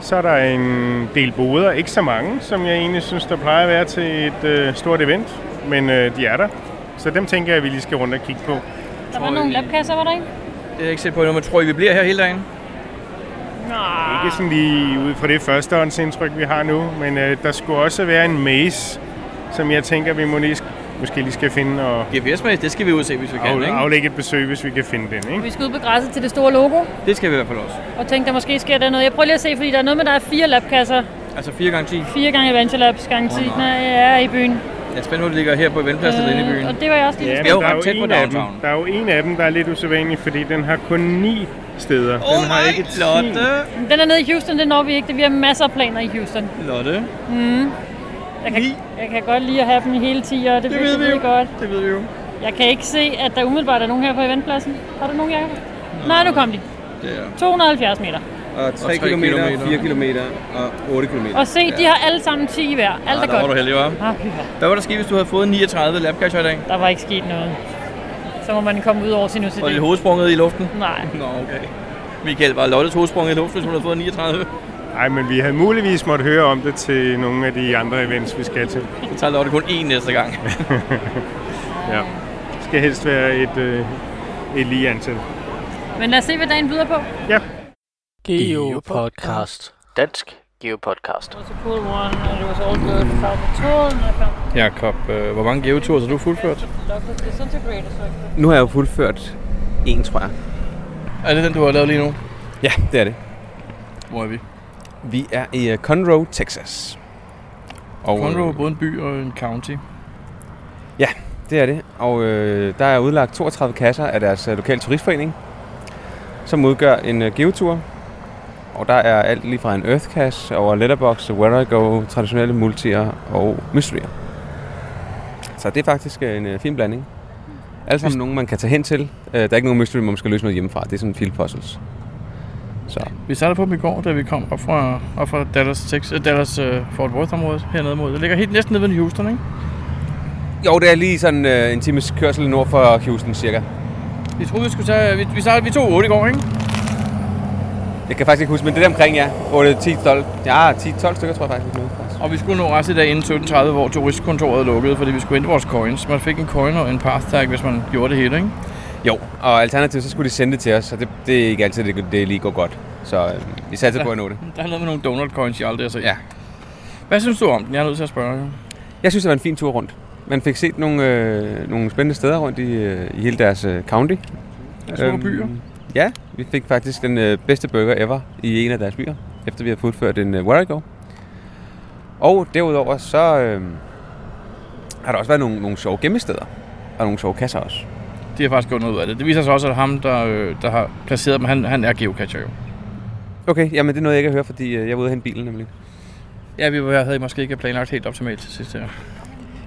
Speaker 8: så er der en del boder, ikke så mange, som jeg egentlig synes, der plejer at være til et øh, stort event, men øh, de er der. Så dem tænker jeg, at vi lige skal rundt og kigge på.
Speaker 7: Der var nogle labkasser, var der ikke?
Speaker 1: Det er jeg ikke set på endnu, men tror I, vi bliver her hele dagen?
Speaker 7: Nej.
Speaker 8: Ikke sådan lige ud fra det førstehåndsindtryk, vi har nu, men øh, der skulle også være en maze, som jeg tænker, vi må lige, måske lige skal finde og
Speaker 1: GPS-mæssigt, det skal vi udse, hvis vi kan.
Speaker 8: af,
Speaker 1: Ikke?
Speaker 8: aflægge et besøg, hvis vi kan finde den. Ikke?
Speaker 7: Vi skal ud på græsset til det store logo,
Speaker 1: Det skal vi i hvert fald også.
Speaker 7: og tænkte, der måske sker der noget. Jeg prøver lige at se, fordi der er noget med, der er fire labkasser.
Speaker 1: Altså 4 gange 10.
Speaker 7: Fire gange Adventure Labs, gange
Speaker 1: Åh,
Speaker 7: 10.
Speaker 1: nej.
Speaker 7: Nej, jeg er i byen.
Speaker 1: Jeg er spændt, hvor det ligger her på eventpladsen øh, inde i byen.
Speaker 7: og det var jeg også lige
Speaker 8: Ja,
Speaker 1: Vi er jo
Speaker 8: men der, er
Speaker 1: ret
Speaker 8: jo
Speaker 1: tæt på
Speaker 8: en af dem,
Speaker 1: downtown.
Speaker 8: der er jo en af dem, der er lidt usædvanlig, fordi den har kun ni steder.
Speaker 1: Åh
Speaker 8: den har
Speaker 1: nej,
Speaker 8: ikke ti.
Speaker 1: Lotte.
Speaker 7: Den er nede i Houston, det når vi ikke. Det- Vi har masser af planer i Houston.
Speaker 1: Lotte.
Speaker 7: Jeg kan,
Speaker 1: Ni.
Speaker 7: jeg kan godt lide at have dem i hele 10 det, det ved vi jo. godt.
Speaker 1: Det ved vi jo.
Speaker 7: Jeg kan ikke se, at der umiddelbart er nogen her på eventpladsen. Har du nogen, Jacob? Nej, nu kom de.
Speaker 1: Det er.
Speaker 7: 270 meter.
Speaker 2: og 3,
Speaker 1: tre
Speaker 2: kilometer,
Speaker 1: kilometer.
Speaker 2: 4 kilometer og 8 kilometer.
Speaker 7: Og se, de har alle sammen 10 i hver. Alt er
Speaker 1: der var du
Speaker 7: godt.
Speaker 1: heldig, var.
Speaker 7: Ah, pyha.
Speaker 1: Hvad var der sket, hvis du havde fået 39 labcatcher i dag?
Speaker 7: der var ikke sket noget. Så må man komme ud over sin
Speaker 1: Og lidt
Speaker 7: OCD.
Speaker 1: hovedsprunget i luften?
Speaker 7: Nej.
Speaker 1: Nå, okay. Michael, var Lottes hovedsprunget i luften, hvis hun havde fået 39?
Speaker 8: Nej, men vi havde muligvis måtte høre om det til nogle af de andre events, vi skal til.
Speaker 1: Så tager Lotte kun én næste gang.
Speaker 8: Ja. Det skal helst være et, øh, et lige antal.
Speaker 7: Men lad os se, hvad dagen byder på.
Speaker 3: Geopodcast. Dansk Geopodcast.
Speaker 7: It was a cool one, and it was all good. I found the tool, and I found
Speaker 1: Jakob, øh, hvor mange geotur har du fuldført?
Speaker 7: the lock was disintegrated, so I could
Speaker 2: Nu har jeg jo fuldført en, tror jeg.
Speaker 1: Er det den, du har lavet lige nu?
Speaker 2: Ja, det er det.
Speaker 1: Hvor er vi?
Speaker 2: Vi er i øh, Conroe, Texas. Og, øh,
Speaker 1: Conroe er både en by og en county.
Speaker 2: Det er det, og øh, der er udlagt 32 kasser af deres øh, lokale turistforening, som udgør en øh, geotur. Og der er alt lige fra en earth cache over letterbox, where I go, traditionelle multier og mysterier. Så det er faktisk øh, en øh, fin blanding. Alle sammen nogen, man kan tage hen til. Øh, der er ikke nogen mystery, hvor man skal løse noget hjemmefra. Det er sådan field puzzles. Så
Speaker 1: Vi startede på dem i går, da vi kom op fra, op fra Dallas, Texas, eh, Dallas uh, Fort Worth-området hernede mod. Det ligger helt næsten nede ved Houston, ikke?
Speaker 2: jo, det er lige sådan øh, en times kørsel nord for Houston cirka.
Speaker 1: Vi troede, vi skulle tage... Vi, vi, startede, vi tog 8 i går, ikke?
Speaker 2: Jeg kan faktisk ikke huske, men det er der omkring, ja. 8, 10, 12. Ja, 10, 12 stykker tror jeg faktisk. vi nåede, faktisk.
Speaker 1: Og vi skulle nå resten i dag inden 17.30, hvor turistkontoret lukkede, fordi vi skulle hente vores coins. Man fik en coin og en path tag, hvis man gjorde det hele, ikke?
Speaker 2: Jo, og alternativt så skulle de sende det til os, og det, det er ikke altid, det, det lige går godt. Så øh, vi satser på at nå det.
Speaker 1: Der er noget med nogle donut coins, jeg aldrig har set.
Speaker 2: Ja.
Speaker 1: Hvad synes du om den? Jeg er nødt til at spørge. jo.
Speaker 2: Jeg synes, det var en fin tur rundt. Man fik set nogle, øh, nogle spændende steder rundt i, øh, i hele deres øh, county. Øhm,
Speaker 1: Store byer.
Speaker 2: Ja, vi fik faktisk den øh, bedste burger ever i en af deres byer, efter vi havde fuldført en øh, Where I Go. Og derudover så øh, har der også været nogle, nogle sjove gemmesteder, og nogle sjove kasser også.
Speaker 1: De har faktisk gået noget ud af det. Det viser sig også, at ham, der, øh, der har placeret dem, han, han er geocacher jo.
Speaker 2: Okay, jamen det er noget, jeg ikke har hørt, fordi øh, jeg var ude og hente bilen nemlig.
Speaker 1: Ja, vi var- havde måske ikke planlagt helt optimalt til sidst her.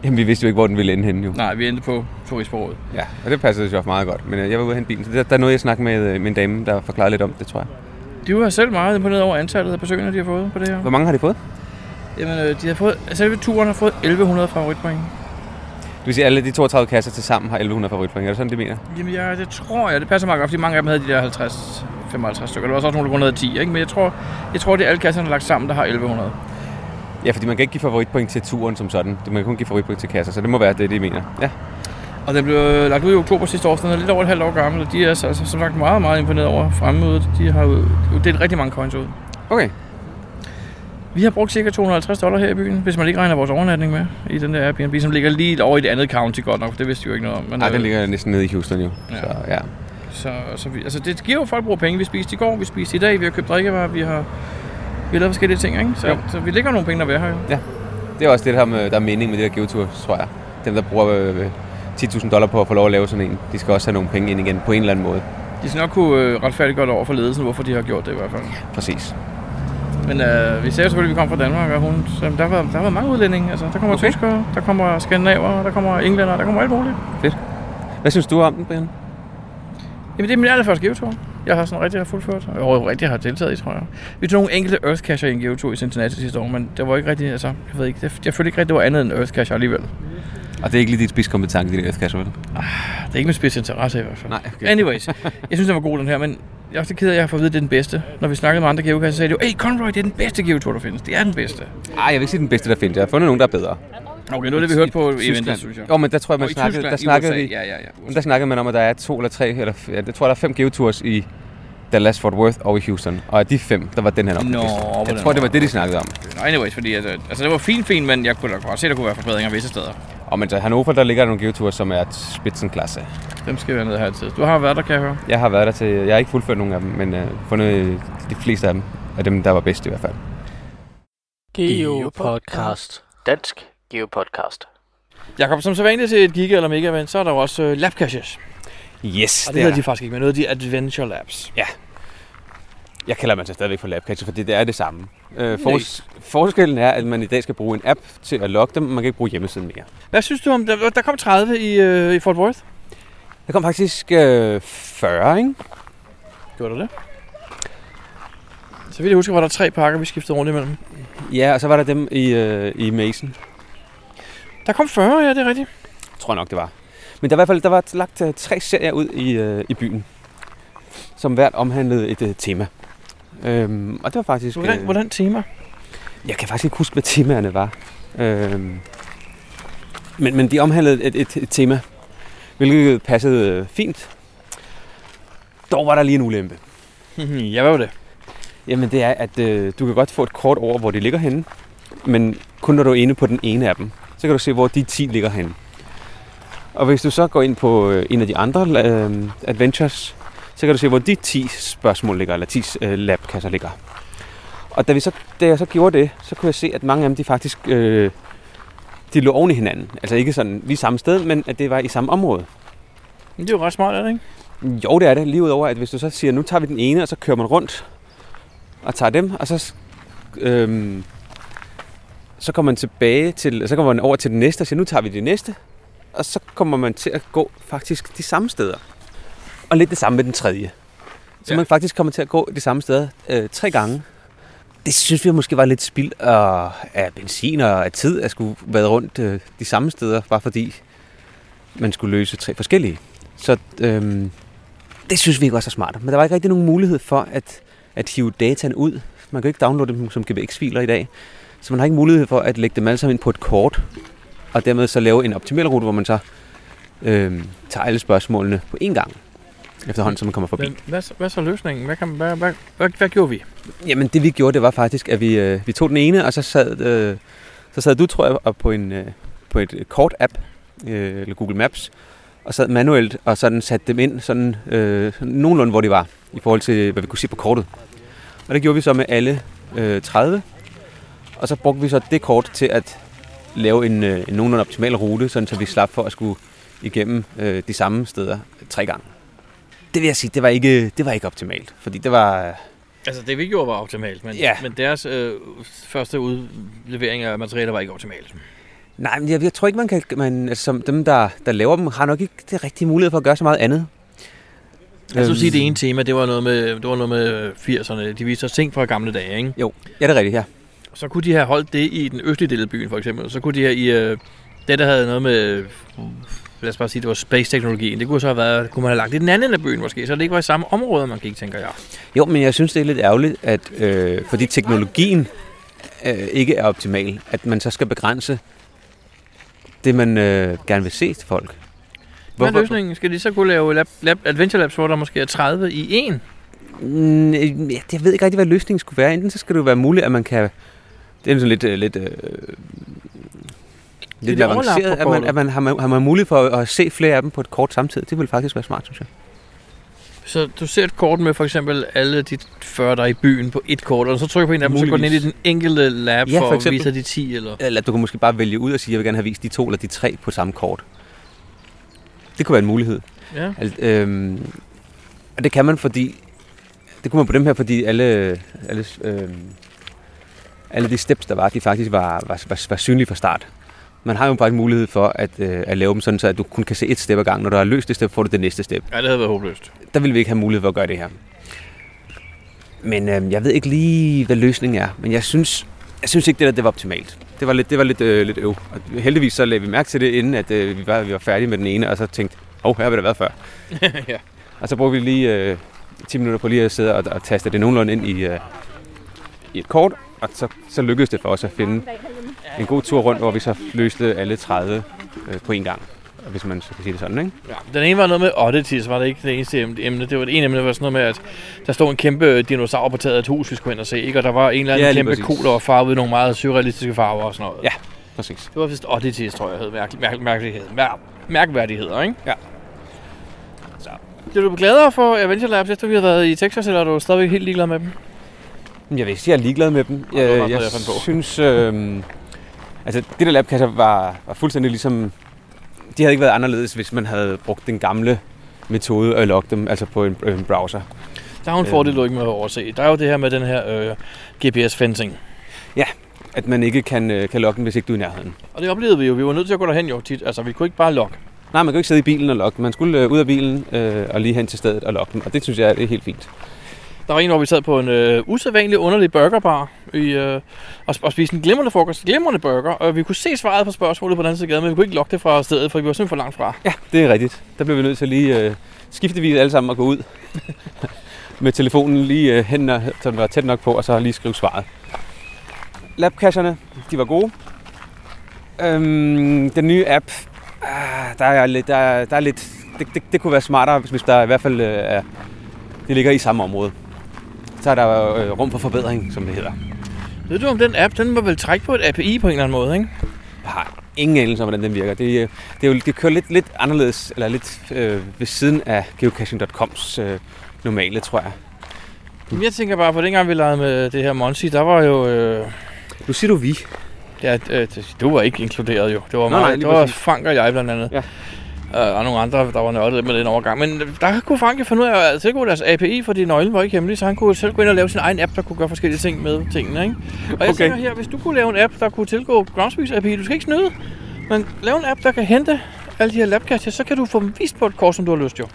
Speaker 2: Jamen vi vidste jo ikke, hvor den ville ende henne jo.
Speaker 1: Nej, vi endte på turistbureauet.
Speaker 2: Ja, og det passede jo meget godt. Men øh, jeg var ude og hente bilen, så der, der nåede jeg at snakke med øh, min dame, der forklarede lidt om det, tror jeg.
Speaker 1: De var selv meget imponeret over antallet af besøgende, de har fået på det her.
Speaker 2: Hvor mange har de fået?
Speaker 1: Jamen, øh, de har fået, selve turen har fået 1100 favoritpoint.
Speaker 2: Du vil sige, at alle de 32 kasser til sammen har 1100 favoritpoint. Er det sådan, de mener?
Speaker 1: Jamen, jeg, det tror jeg. Det passer meget godt, fordi mange af dem havde de der 50, 55 stykker. Der var så også nogle, der kun havde 10, ikke? Men jeg tror, jeg tror, det er alle kasserne lagt sammen, der har 1100.
Speaker 2: Ja, fordi man kan ikke give favoritpoint til turen som sådan. Man kan kun give favoritpoint til kasser, så det må være det, de mener. Ja.
Speaker 1: Og den blev øh, lagt ud i oktober sidste år, så den er lidt over et halvt år gammel, og de er altså, altså, som sagt meget, meget imponeret over fremmødet. De har jo jo delt rigtig mange coins ud.
Speaker 2: Okay.
Speaker 1: Vi har brugt ca. 250 dollar her i byen, hvis man ikke regner vores overnatning med i den der Airbnb, som ligger lige over i det andet county godt nok, for det vidste vi jo ikke noget om. Men,
Speaker 2: Nej,
Speaker 1: øh,
Speaker 2: den ligger næsten nede i Houston jo.
Speaker 1: Ja.
Speaker 2: Ja. Så ja.
Speaker 1: Så, så vi, altså det giver jo folk bruger penge. Vi spiste i går, vi spiste i dag, vi har købt drikkevarer, vi har, vi har lavet forskellige ting, ikke? Så,
Speaker 2: Jo.
Speaker 1: så vi ligger nogle penge, når vi er her jo.
Speaker 2: Det er også det, der, med- der er mening med det der geotur, tror jeg. Dem, der bruger øh, 10.000 dollar på at få lov at lave sådan en, de skal også have nogle penge ind igen på en eller anden måde.
Speaker 1: De skal nok kunne øh, retfærdiggøre det over for ledelsen, hvorfor de har gjort det i hvert fald.
Speaker 2: Præcis.
Speaker 1: Men øh, vi sagde jo selvfølgelig, at vi kom fra Danmark, og hun, så, jamen, der, var, der var mange udlændinge. Altså, der kommer okay.
Speaker 2: Okay.
Speaker 1: tyskere, der kommer skandinaver, der kommer englænder, der kommer alt muligt.
Speaker 2: Hvad synes du om den, Brian?
Speaker 1: Jamen, det er min allerførste geotur. Jeg har sådan rigtig har fuldført, og jeg rigtig har deltaget i, tror jeg. Vi tog nogle enkelte Earthcatcher i en geotur i Cincinnati sidste år, men det var ikke rigtig, altså, jeg ved ikke, jeg, jeg følte ikke rigtig, det var andet end Earthcatcher alligevel.
Speaker 2: Og det er ikke lige dit spidskompetence, det der Earthcatcher, vel?
Speaker 1: Ah, Det er ikke min spidsinteresse i hvert fald.
Speaker 2: Nej,
Speaker 1: Okay.
Speaker 2: okay.
Speaker 1: Anyways, jeg synes, den var god, den her, men jeg er også lidt ked af, at jeg har fået at vide, at det er den bedste. Når vi snakkede med andre geokasser, så sagde de jo, hey, Conroy, det er den bedste geotur, der findes. Det er den bedste.
Speaker 2: Ej, jeg vil ikke sige den bedste, der findes. Jeg har fundet nogen, der er bedre.
Speaker 1: Okay, nu er det, vi hørte på eventet,
Speaker 2: Tyskland.
Speaker 1: synes jeg.
Speaker 2: Jo, men der tror jeg, man
Speaker 1: Og i
Speaker 2: snakkede,
Speaker 1: Tyskland,
Speaker 2: der
Speaker 1: i
Speaker 2: snakkede
Speaker 1: USA.
Speaker 2: vi,
Speaker 1: Ja, ja, ja.
Speaker 2: Men der snakkede man om, at der er to eller tre, eller f- ja, jeg tror, der er fem geotours i Dallas, Fort Worth og i Houston. Og af de fem, der var den her nok. den
Speaker 1: Nå,
Speaker 2: bedste.
Speaker 1: på den
Speaker 2: jeg tror, det var
Speaker 1: måde.
Speaker 2: det, de snakkede om.
Speaker 1: Nå, anyways, fordi altså, altså, det var fint, fint, men jeg kunne da godt se, at der kunne være forbedringer visse steder.
Speaker 2: Og men så i Hannover, der ligger der nogle geotours, som er spidsenklasse.
Speaker 1: Dem skal vi have ned her til. Du har været der, kan jeg høre.
Speaker 2: Jeg har været der til, jeg har ikke fuldført nogen af dem, men øh, fundet øh, de fleste af dem. Af dem, der var bedst i hvert fald.
Speaker 3: Geopodcast. Dansk Geopodcast.
Speaker 1: Jakob, som så vanligt til et giga eller mega event, så er der jo også øh, lab caches. Og
Speaker 2: Yes,
Speaker 1: det
Speaker 2: det er
Speaker 1: hedder de
Speaker 2: de...
Speaker 1: faktisk ikke, men noget af de Adventure Labs.
Speaker 2: Jeg kalder man sig stadigvæk for labcatcher, fordi det er det samme. Øh, fors- forskellen er, at man i dag skal bruge en app til at logge dem, og man kan ikke bruge hjemmesiden mere.
Speaker 1: Hvad synes du om, der, der kom 30 i, øh, i Fort Worth?
Speaker 2: Der kom faktisk øh, 40, ikke?
Speaker 1: Gjorde du det? Så vidt jeg husker, var der tre pakker, vi skiftede rundt imellem.
Speaker 2: Ja, og så var der dem i, øh, i Mason.
Speaker 1: Der kom 40, ja, det er rigtigt.
Speaker 2: tror jeg nok, det var. Men der, var i hvert fald, der var lagt øh, tre serier ud i, øh, i byen, som hvert omhandlede et øh, tema. Øhm, og det var faktisk...
Speaker 1: Hvordan,
Speaker 2: øh,
Speaker 1: hvordan tema?
Speaker 2: Jeg kan faktisk ikke huske, hvad temaerne var. Øhm, men, men de omhandlede et, et, et tema, hvilket passede øh, fint. Dog var der lige en ulempe.
Speaker 1: Mhm, ja, hvad var det?
Speaker 2: Jamen det er, at øh, du kan godt få et kort over, hvor de ligger henne, men kun når du er inde på den ene af dem, så kan du se, hvor de 10 ligger henne. Og hvis du så går ind på øh, en af de andre øh, adventures, så kan du se, hvor de 10 spørgsmål ligger, eller 10 øh, labkasser ligger. Og da, vi så, da jeg så gjorde det, så kunne jeg se, at mange af dem de faktisk øh, de lå oven i hinanden. Altså ikke sådan lige samme sted, men at det var i samme område.
Speaker 1: Det er jo ret smart, er det ikke?
Speaker 2: Jo, det er det. Lige udover, at hvis du så siger, nu tager vi den ene, og så kører man rundt og tager dem, og så, øhm, så kommer man tilbage til, så kommer man over til den næste og siger, nu tager vi det næste, og så kommer man til at gå faktisk de samme steder. Og lidt det samme med den tredje. Så
Speaker 1: Ja.
Speaker 2: ja. man faktisk kommer til at gå de samme steder øh, tre gange. Det synes vi måske var lidt spild af, af benzin og af tid at skulle være rundt øh, de samme steder, bare fordi man skulle løse tre forskellige. Så øhm, det synes vi ikke var så smart. Men der var ikke rigtig nogen mulighed for at, at hive dataen ud. Man kan jo ikke downloade dem som GPX-filer i dag. Så man har ikke mulighed for at lægge dem alle sammen ind på et kort. Og dermed så lave en optimal rute, hvor man så øhm, tager alle spørgsmålene på én gang. Efterhånden, som man kommer forbi.
Speaker 1: Men hvad, så- hvad så løsningen? Hvad, kan, hvad, hvad, hvad, hvad gjorde vi?
Speaker 2: Jamen det vi gjorde, det var faktisk, at vi, øh, vi tog den ene, og så sad, øh, så sad du, tror jeg, op på, en, øh, på et kort-app, øh, eller Google Maps, og sad manuelt og sådan satte dem ind, sådan, øh, sådan nogenlunde, hvor de var, i forhold til, hvad vi kunne se på kortet. Og det gjorde vi så med alle øh, 30, og så brugte vi så det kort til at lave en, øh, en nogenlunde optimal rute, sådan, så vi slap for at skulle igennem øh, de samme steder tre gange. Det vil jeg sige, det var ikke, det var ikke optimalt, fordi det var...
Speaker 1: Altså, det vi gjorde var optimalt, men,
Speaker 2: Ja.
Speaker 1: men deres øh, første udlevering af materialer var ikke optimalt.
Speaker 2: Nej, men jeg, jeg tror ikke, man kan... Man, altså, som dem, der, der laver dem, har nok ikke det rigtige mulighed for at gøre så meget andet.
Speaker 1: Altså, du
Speaker 2: Øhm,
Speaker 1: siger, det ene tema, det var noget med, det var noget med 80'erne. De viste os ting fra gamle dage, ikke?
Speaker 2: Ja, det er rigtigt, ja.
Speaker 1: Så kunne de have holdt det i den østlige del af byen, for eksempel. Så kunne de have i... Øh, det, der havde noget med... øh, Lad os bare sige, det var space-teknologien. Det kunne så have været... Kunne man have lagt det i den anden ende af byen, måske? Så det ikke var i samme område, man gik, tænker jeg.
Speaker 2: Jo, men jeg synes, det er lidt ærgerligt, at øh, fordi teknologien øh, ikke er optimal, at man så skal begrænse det, man øh, gerne vil se til folk.
Speaker 1: Hvad er løsningen? Skal de så kunne lave lab, lab, Adventure Labs, hvor der måske er 30 i en?
Speaker 2: Mm, øh, ja, jeg ved ikke rigtig, hvad løsningen skulle være. Enten så skal det jo være muligt, at man kan... Det er sådan lidt... Øh, lidt øh, Lidt, lidt
Speaker 1: overlap
Speaker 2: avanceret,
Speaker 1: på
Speaker 2: at man,
Speaker 1: kortet.
Speaker 2: at man har, man- har man mulighed for at, at se flere af dem på et kort samtidig. Det ville faktisk være smart, synes jeg.
Speaker 1: Så du ser et kort med for eksempel alle de 40, der er i byen på et kort, og så trykker du på en af dem, så går den ind i
Speaker 2: Muligvis.
Speaker 1: den enkelte lab
Speaker 2: Ja,
Speaker 1: ja, for,
Speaker 2: for
Speaker 1: for at
Speaker 2: eksempel.
Speaker 1: vise dig de 10, eller...
Speaker 2: Eller du kan måske bare vælge ud og sige, at jeg vil gerne have vist de to eller de tre på samme kort. Det kunne være en mulighed.
Speaker 1: Ja.
Speaker 2: Al- øhm, og det kan man, fordi... Det kunne man på dem her, fordi alle, alle, øhm, alle de steps, der var, de faktisk var, var, var, var synlige fra start. Man har jo faktisk mulighed for at, øh, at lave dem sådan, så at du kun kan se et step ad gangen. Når du har løst det step, får du det næste step.
Speaker 1: ja, det havde været håbløst.
Speaker 2: Der ville vi ikke have mulighed for at gøre det her. Men øh, jeg ved ikke lige, hvad løsningen er. Men jeg synes, jeg synes ikke, det der det var optimalt. Det var lidt, det var lidt, øh, lidt øv. Og heldigvis så lagde vi mærke til det, inden at, øh, vi, var, vi var færdige med den ene, og så tænkte, åh, oh, her har vi da været før.
Speaker 1: Ja.
Speaker 2: Og så brugte vi lige øh, 10 minutter på lige at sidde og, og taste det nogenlunde ind i, øh, i et kort, og så, så lykkedes det for os at finde en god tur rundt, hvor vi så løste alle 30 øh, på én gang, hvis man så kan sige det sådan, ikke?
Speaker 1: Ja. Den ene var noget med oddities, var det ikke det eneste em- emne. Det var det ene emne, der var sådan noget med, at der stod en kæmpe øh, dinosaur på taget af et hus, vi skulle hen og se, ikke? Og der var en eller anden
Speaker 2: Ja,
Speaker 1: ja,
Speaker 2: lige
Speaker 1: kæmpe
Speaker 2: præcis.
Speaker 1: kul, der var farvet i nogle meget surrealistiske farver og sådan noget.
Speaker 2: Ja. Præcis.
Speaker 1: Det var vist oddities, tror jeg, hed mærk, mærk, mærkelighed. Mær, mærkværdigheder, ikke?
Speaker 2: Ja.
Speaker 1: Så. Bliver du gladere for Adventure Labs, efter vi har været i Texas, eller er du stadigvæk helt ligeglad med dem?
Speaker 2: Men Jeg vil ikke sige, jeg er ligeglad med dem.
Speaker 1: det var bare
Speaker 2: Jeg,
Speaker 1: sådan
Speaker 2: jeg
Speaker 1: noget, jeg fandt på.
Speaker 2: synes, øh, altså det der labkasser var, var fuldstændig ligesom, de havde ikke været anderledes, hvis man havde brugt den gamle metode at logge dem, altså på en, en browser.
Speaker 1: Der er jo en
Speaker 2: Øhm.
Speaker 1: fordel, du ikke må overse. Der er jo det her med den her øh, GPS-fencing.
Speaker 2: At man ikke kan, øh, kan logge dem, hvis ikke du er i nærheden.
Speaker 1: Og det oplevede vi jo. Vi var nødt til at gå derhen jo tit. Altså, vi kunne ikke bare logge.
Speaker 2: Nej, man kan jo ikke sidde i bilen og logge. Man skulle øh, ud af bilen øh, og lige hen til stedet og logge dem, og det synes jeg det er helt fint.
Speaker 1: Der var en, hvor vi sad på en øh, usædvanlig underlig burgerbar i, øh, og, og spiste en glimrende frokost, glimrende burger, og vi kunne se svaret på spørgsmålet på den anden side af gaden, men vi kunne ikke logge det fra stedet, for vi var simpelthen for langt fra.
Speaker 2: Ja, det er rigtigt. Der blev vi nødt til lige øh, skiftevis alle sammen at gå ud med telefonen lige øh, hen, når- så den var tæt nok på, og så lige skrive svaret. Labkasserne, de var gode. Øhm, den nye app, ah, der er lidt, der, er- der er lidt det, det, det, kunne være smartere, hvis- hvis der i hvert fald øh, er, det ligger i samme område. Så er der øh, rum for forbedring, som det hedder.
Speaker 1: Ved du om den app, den må vel trække på et API på en eller anden måde, ikke?
Speaker 2: Jeg har ingen anelse om, hvordan den virker. Det, øh, det, er jo, det kører lidt, lidt anderledes, eller lidt øh, ved siden af geocaching.coms øh, normale, tror jeg.
Speaker 1: Men jeg tænker bare, for dengang vi legede med det her Monsi, der var jo... Øh,
Speaker 2: Nu siger du vi.
Speaker 1: ja, øh, du var ikke inkluderet jo. Det var,
Speaker 2: Nej,
Speaker 1: mig,
Speaker 2: nej,
Speaker 1: det
Speaker 2: lige
Speaker 1: var
Speaker 2: præcis.
Speaker 1: Frank og jeg blandt andet.
Speaker 2: Ja.
Speaker 1: Øh, og nogle andre, der var nørdet med den overgang. Men øh, der kunne Frank jo finde ud af at tilgå deres API, fordi nøglen var ikke hemmelig, så han kunne selv gå ind og lave sin egen app, der kunne gøre forskellige ting med tingene. Ikke? Og jeg
Speaker 2: Okay.
Speaker 1: tænker her, hvis du kunne lave en app, der kunne tilgå Groundspeaks API, du skal ikke snyde, men lave en app, der kan hente alle de her labcaches, så kan du få dem vist på et kort, som du har lyst jo.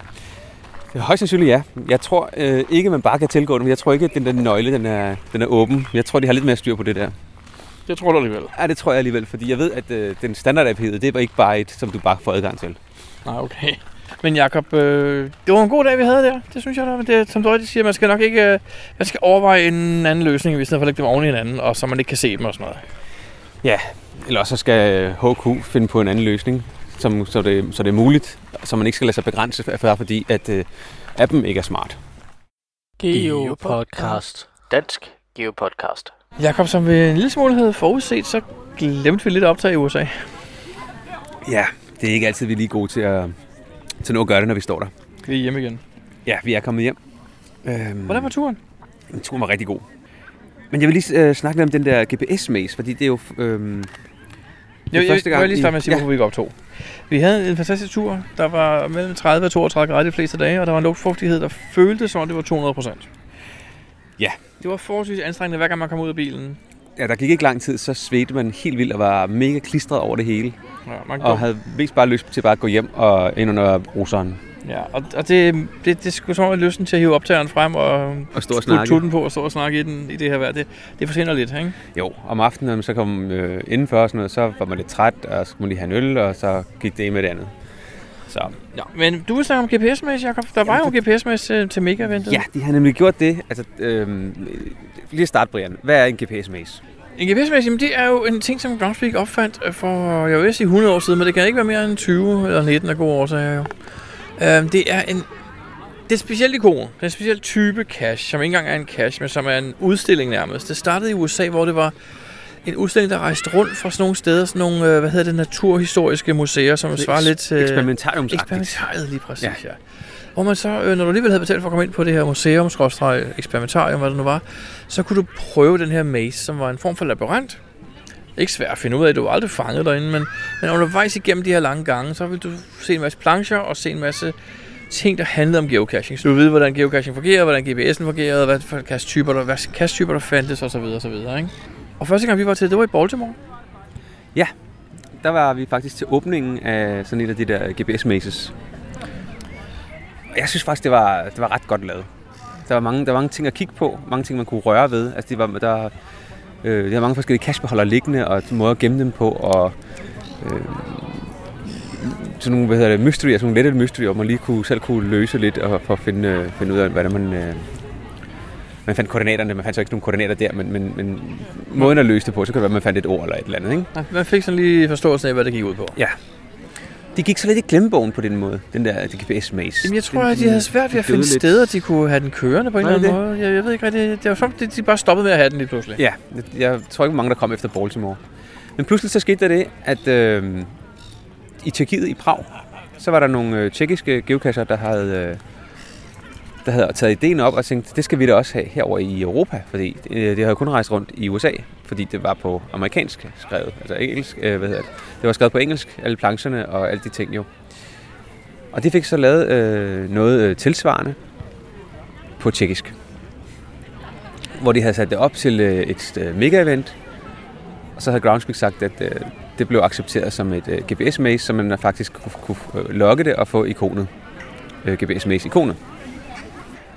Speaker 2: Ja, Højst sandsynligt ja. Jeg tror øh, ikke, man bare kan tilgå dem. Jeg tror ikke, at den der nøgle den er, den er åben. Jeg tror, de har lidt mere styr på det der.
Speaker 1: Det tror du alligevel.
Speaker 2: Ja, det tror jeg alligevel, fordi jeg ved, at øh, den standard app det var ikke bare et, som du bare får adgang til.
Speaker 1: Nej, okay. Men Jakob, øh, det var en god dag, vi havde der. Det synes jeg da. Men Det, som du rigtig siger, man skal nok ikke... Øh, man skal overveje en anden løsning, i stedet for at lægge dem oven i hinanden, og så man ikke kan se dem og sådan noget.
Speaker 2: Eller også så skal øh, HQ finde på en anden løsning, som, så, det, så det er muligt, så man ikke skal lade sig begrænse, for- fordi at øh, appen ikke er smart.
Speaker 3: Geopodcast. Dansk Geopodcast.
Speaker 1: Jakob, som ved en lille smule havde forudset, så glemte vi lidt at optage i USA.
Speaker 2: Ja, det er ikke altid, vi er lige gode til at, til at nå at gøre det, når vi står der.
Speaker 1: Vi er hjemme igen.
Speaker 2: Ja, vi er kommet hjem. Øhm,
Speaker 1: Hvordan var turen?
Speaker 2: Den turen var rigtig god. Men jeg vil lige øh, snakke lidt om den der GPS-maze, fordi det er jo... Øhm,
Speaker 1: Jo, jeg,
Speaker 2: første
Speaker 1: jeg,
Speaker 2: gang
Speaker 1: jeg lige starte med at sige,
Speaker 2: i- ja.
Speaker 1: hvorfor vi ikke optog. Vi havde en fantastisk tur. Der var mellem 30 og 32 grader de fleste dage, og der var en luftfugtighed, der føltes som om det var 200 procent.
Speaker 2: Ja.
Speaker 1: Det var forholdsvis anstrengende, hver gang man kom ud af bilen.
Speaker 2: ja, der gik ikke lang tid, så svedte man helt vildt og var mega klistret over det hele.
Speaker 1: Ja, man
Speaker 2: Og havde mest bare lyst til bare at gå hjem og ind under roseren.
Speaker 1: Ja, og, og det, det, det skulle som om, at lysten til at hive optageren frem og,
Speaker 2: Og stå og
Speaker 1: putte
Speaker 2: snakke.
Speaker 1: tutten på og stå og snakke i, den, i det her vejr, det, det forsvinder lidt, ikke?
Speaker 2: Jo, om aftenen, når man så kom øh, indenfor og sådan noget, så var man lidt træt, og så skulle man lige have en øl, og så gik det ene med det andet. Så
Speaker 1: Ja. Men du vil snakke om GPS-mæs, Jacob. Der var jo en GPS-mæs til, til mega
Speaker 2: øhm, ja, de har nemlig gjort det. Altså, øh, lige at starte, Brian. Hvad er en GPS-maze?
Speaker 1: En GPS-mæssig, jamen, det er jo en ting, som Groundspeak opfandt øh, for, jeg vil sige 100 år siden, men det kan ikke være mere end 20 eller 19 af gode årsager jo. Øhm, det er en, det er et specielt ikon, det er en speciel type cash, som ikke engang er en cash, men som er en udstilling nærmest. Det startede i USA, hvor det var en udstilling, der rejste rundt fra sådan nogle steder, sådan nogle, øh, hvad hedder det, naturhistoriske museer, som
Speaker 2: Det er
Speaker 1: svarer lidt til...
Speaker 2: Eksperimentariumsagtigt.
Speaker 1: Eksperimentariet, lige præcis, ja. ja. Hvor man så, øh, når du alligevel havde betalt for at komme ind på det her museum, skråstreg, eksperimentarium, hvad det nu var, så kunne du prøve den her maze, som var en form for labyrint. Ikke svært at finde ud af, du var aldrig fanget derinde, men, men undervejs igennem de her lange gange, så ville du se en masse plancher og se en masse ting, der handlede om geocaching. Så du ville vide, hvordan geocaching fungerer, hvordan GPS'en fungerede, hvad for kasttyper der, hvad kasttyper der fandtes osv. osv. Ikke? Og første gang vi var til, det var i Baltimore.
Speaker 2: Der var vi faktisk til åbningen af sådan et af de der GPS-mazes. Og Jeg synes faktisk, det var, det var ret godt lavet. Der var, mange, der var mange ting at kigge på, mange ting, man kunne røre ved. Altså, det var, der, øh, der var mange forskellige cashbeholder liggende, og måder at gemme dem på, og øh, sådan nogle, hvad hedder det, mysterier, sådan nogle lette mysterier, hvor man lige kunne, selv kunne løse lidt, og for at finde, øh, finde ud af, hvordan man... Øh, man fandt koordinaterne, man fandt så ikke nogen koordinater der, men, men, men måden at løse det på, så kunne det være, at man fandt et ord eller et eller andet, ikke?
Speaker 1: Man fik sådan lige forståelsen af, hvad det gik ud på.
Speaker 2: Det gik så lidt i glemmebogen på den måde, den der GPS-maze.
Speaker 1: Jamen, jeg tror,
Speaker 2: Den-
Speaker 1: at de havde svært ved at
Speaker 2: døde
Speaker 1: finde
Speaker 2: lidt.
Speaker 1: steder, de kunne have den kørende på en
Speaker 2: Nej,
Speaker 1: eller anden måde. Jeg, jeg ved ikke rigtigt. Det var som, om, de, de bare stoppede med at have den lige pludselig.
Speaker 2: Ja, jeg- jeg tror ikke, mange der kom efter Baltimore. Men pludselig så skete der det, at øh, i Tjekkiet i Prag, så var der nogle øh, tjekkiske geocacher, der havde, øh, der havde taget ideen op og tænkt, det skal vi da også have herover i Europa, fordi øh, det havde kun rejst rundt i USA, fordi det var på amerikansk skrevet, altså engelsk, øh, hvad hedder det? Det var skrevet på engelsk, alle plancherne og alle de ting jo. Og de fik så lavet øh, noget øh, tilsvarende på tjekkisk hvor de havde sat det op til øh, et øh, mega-event. Og så havde Groundspeak sagt, at øh, det blev accepteret som et øh, GPS-maze, så man faktisk kunne, kunne øh, logge det og få ikonet. Øh, GPS-maze-ikonet.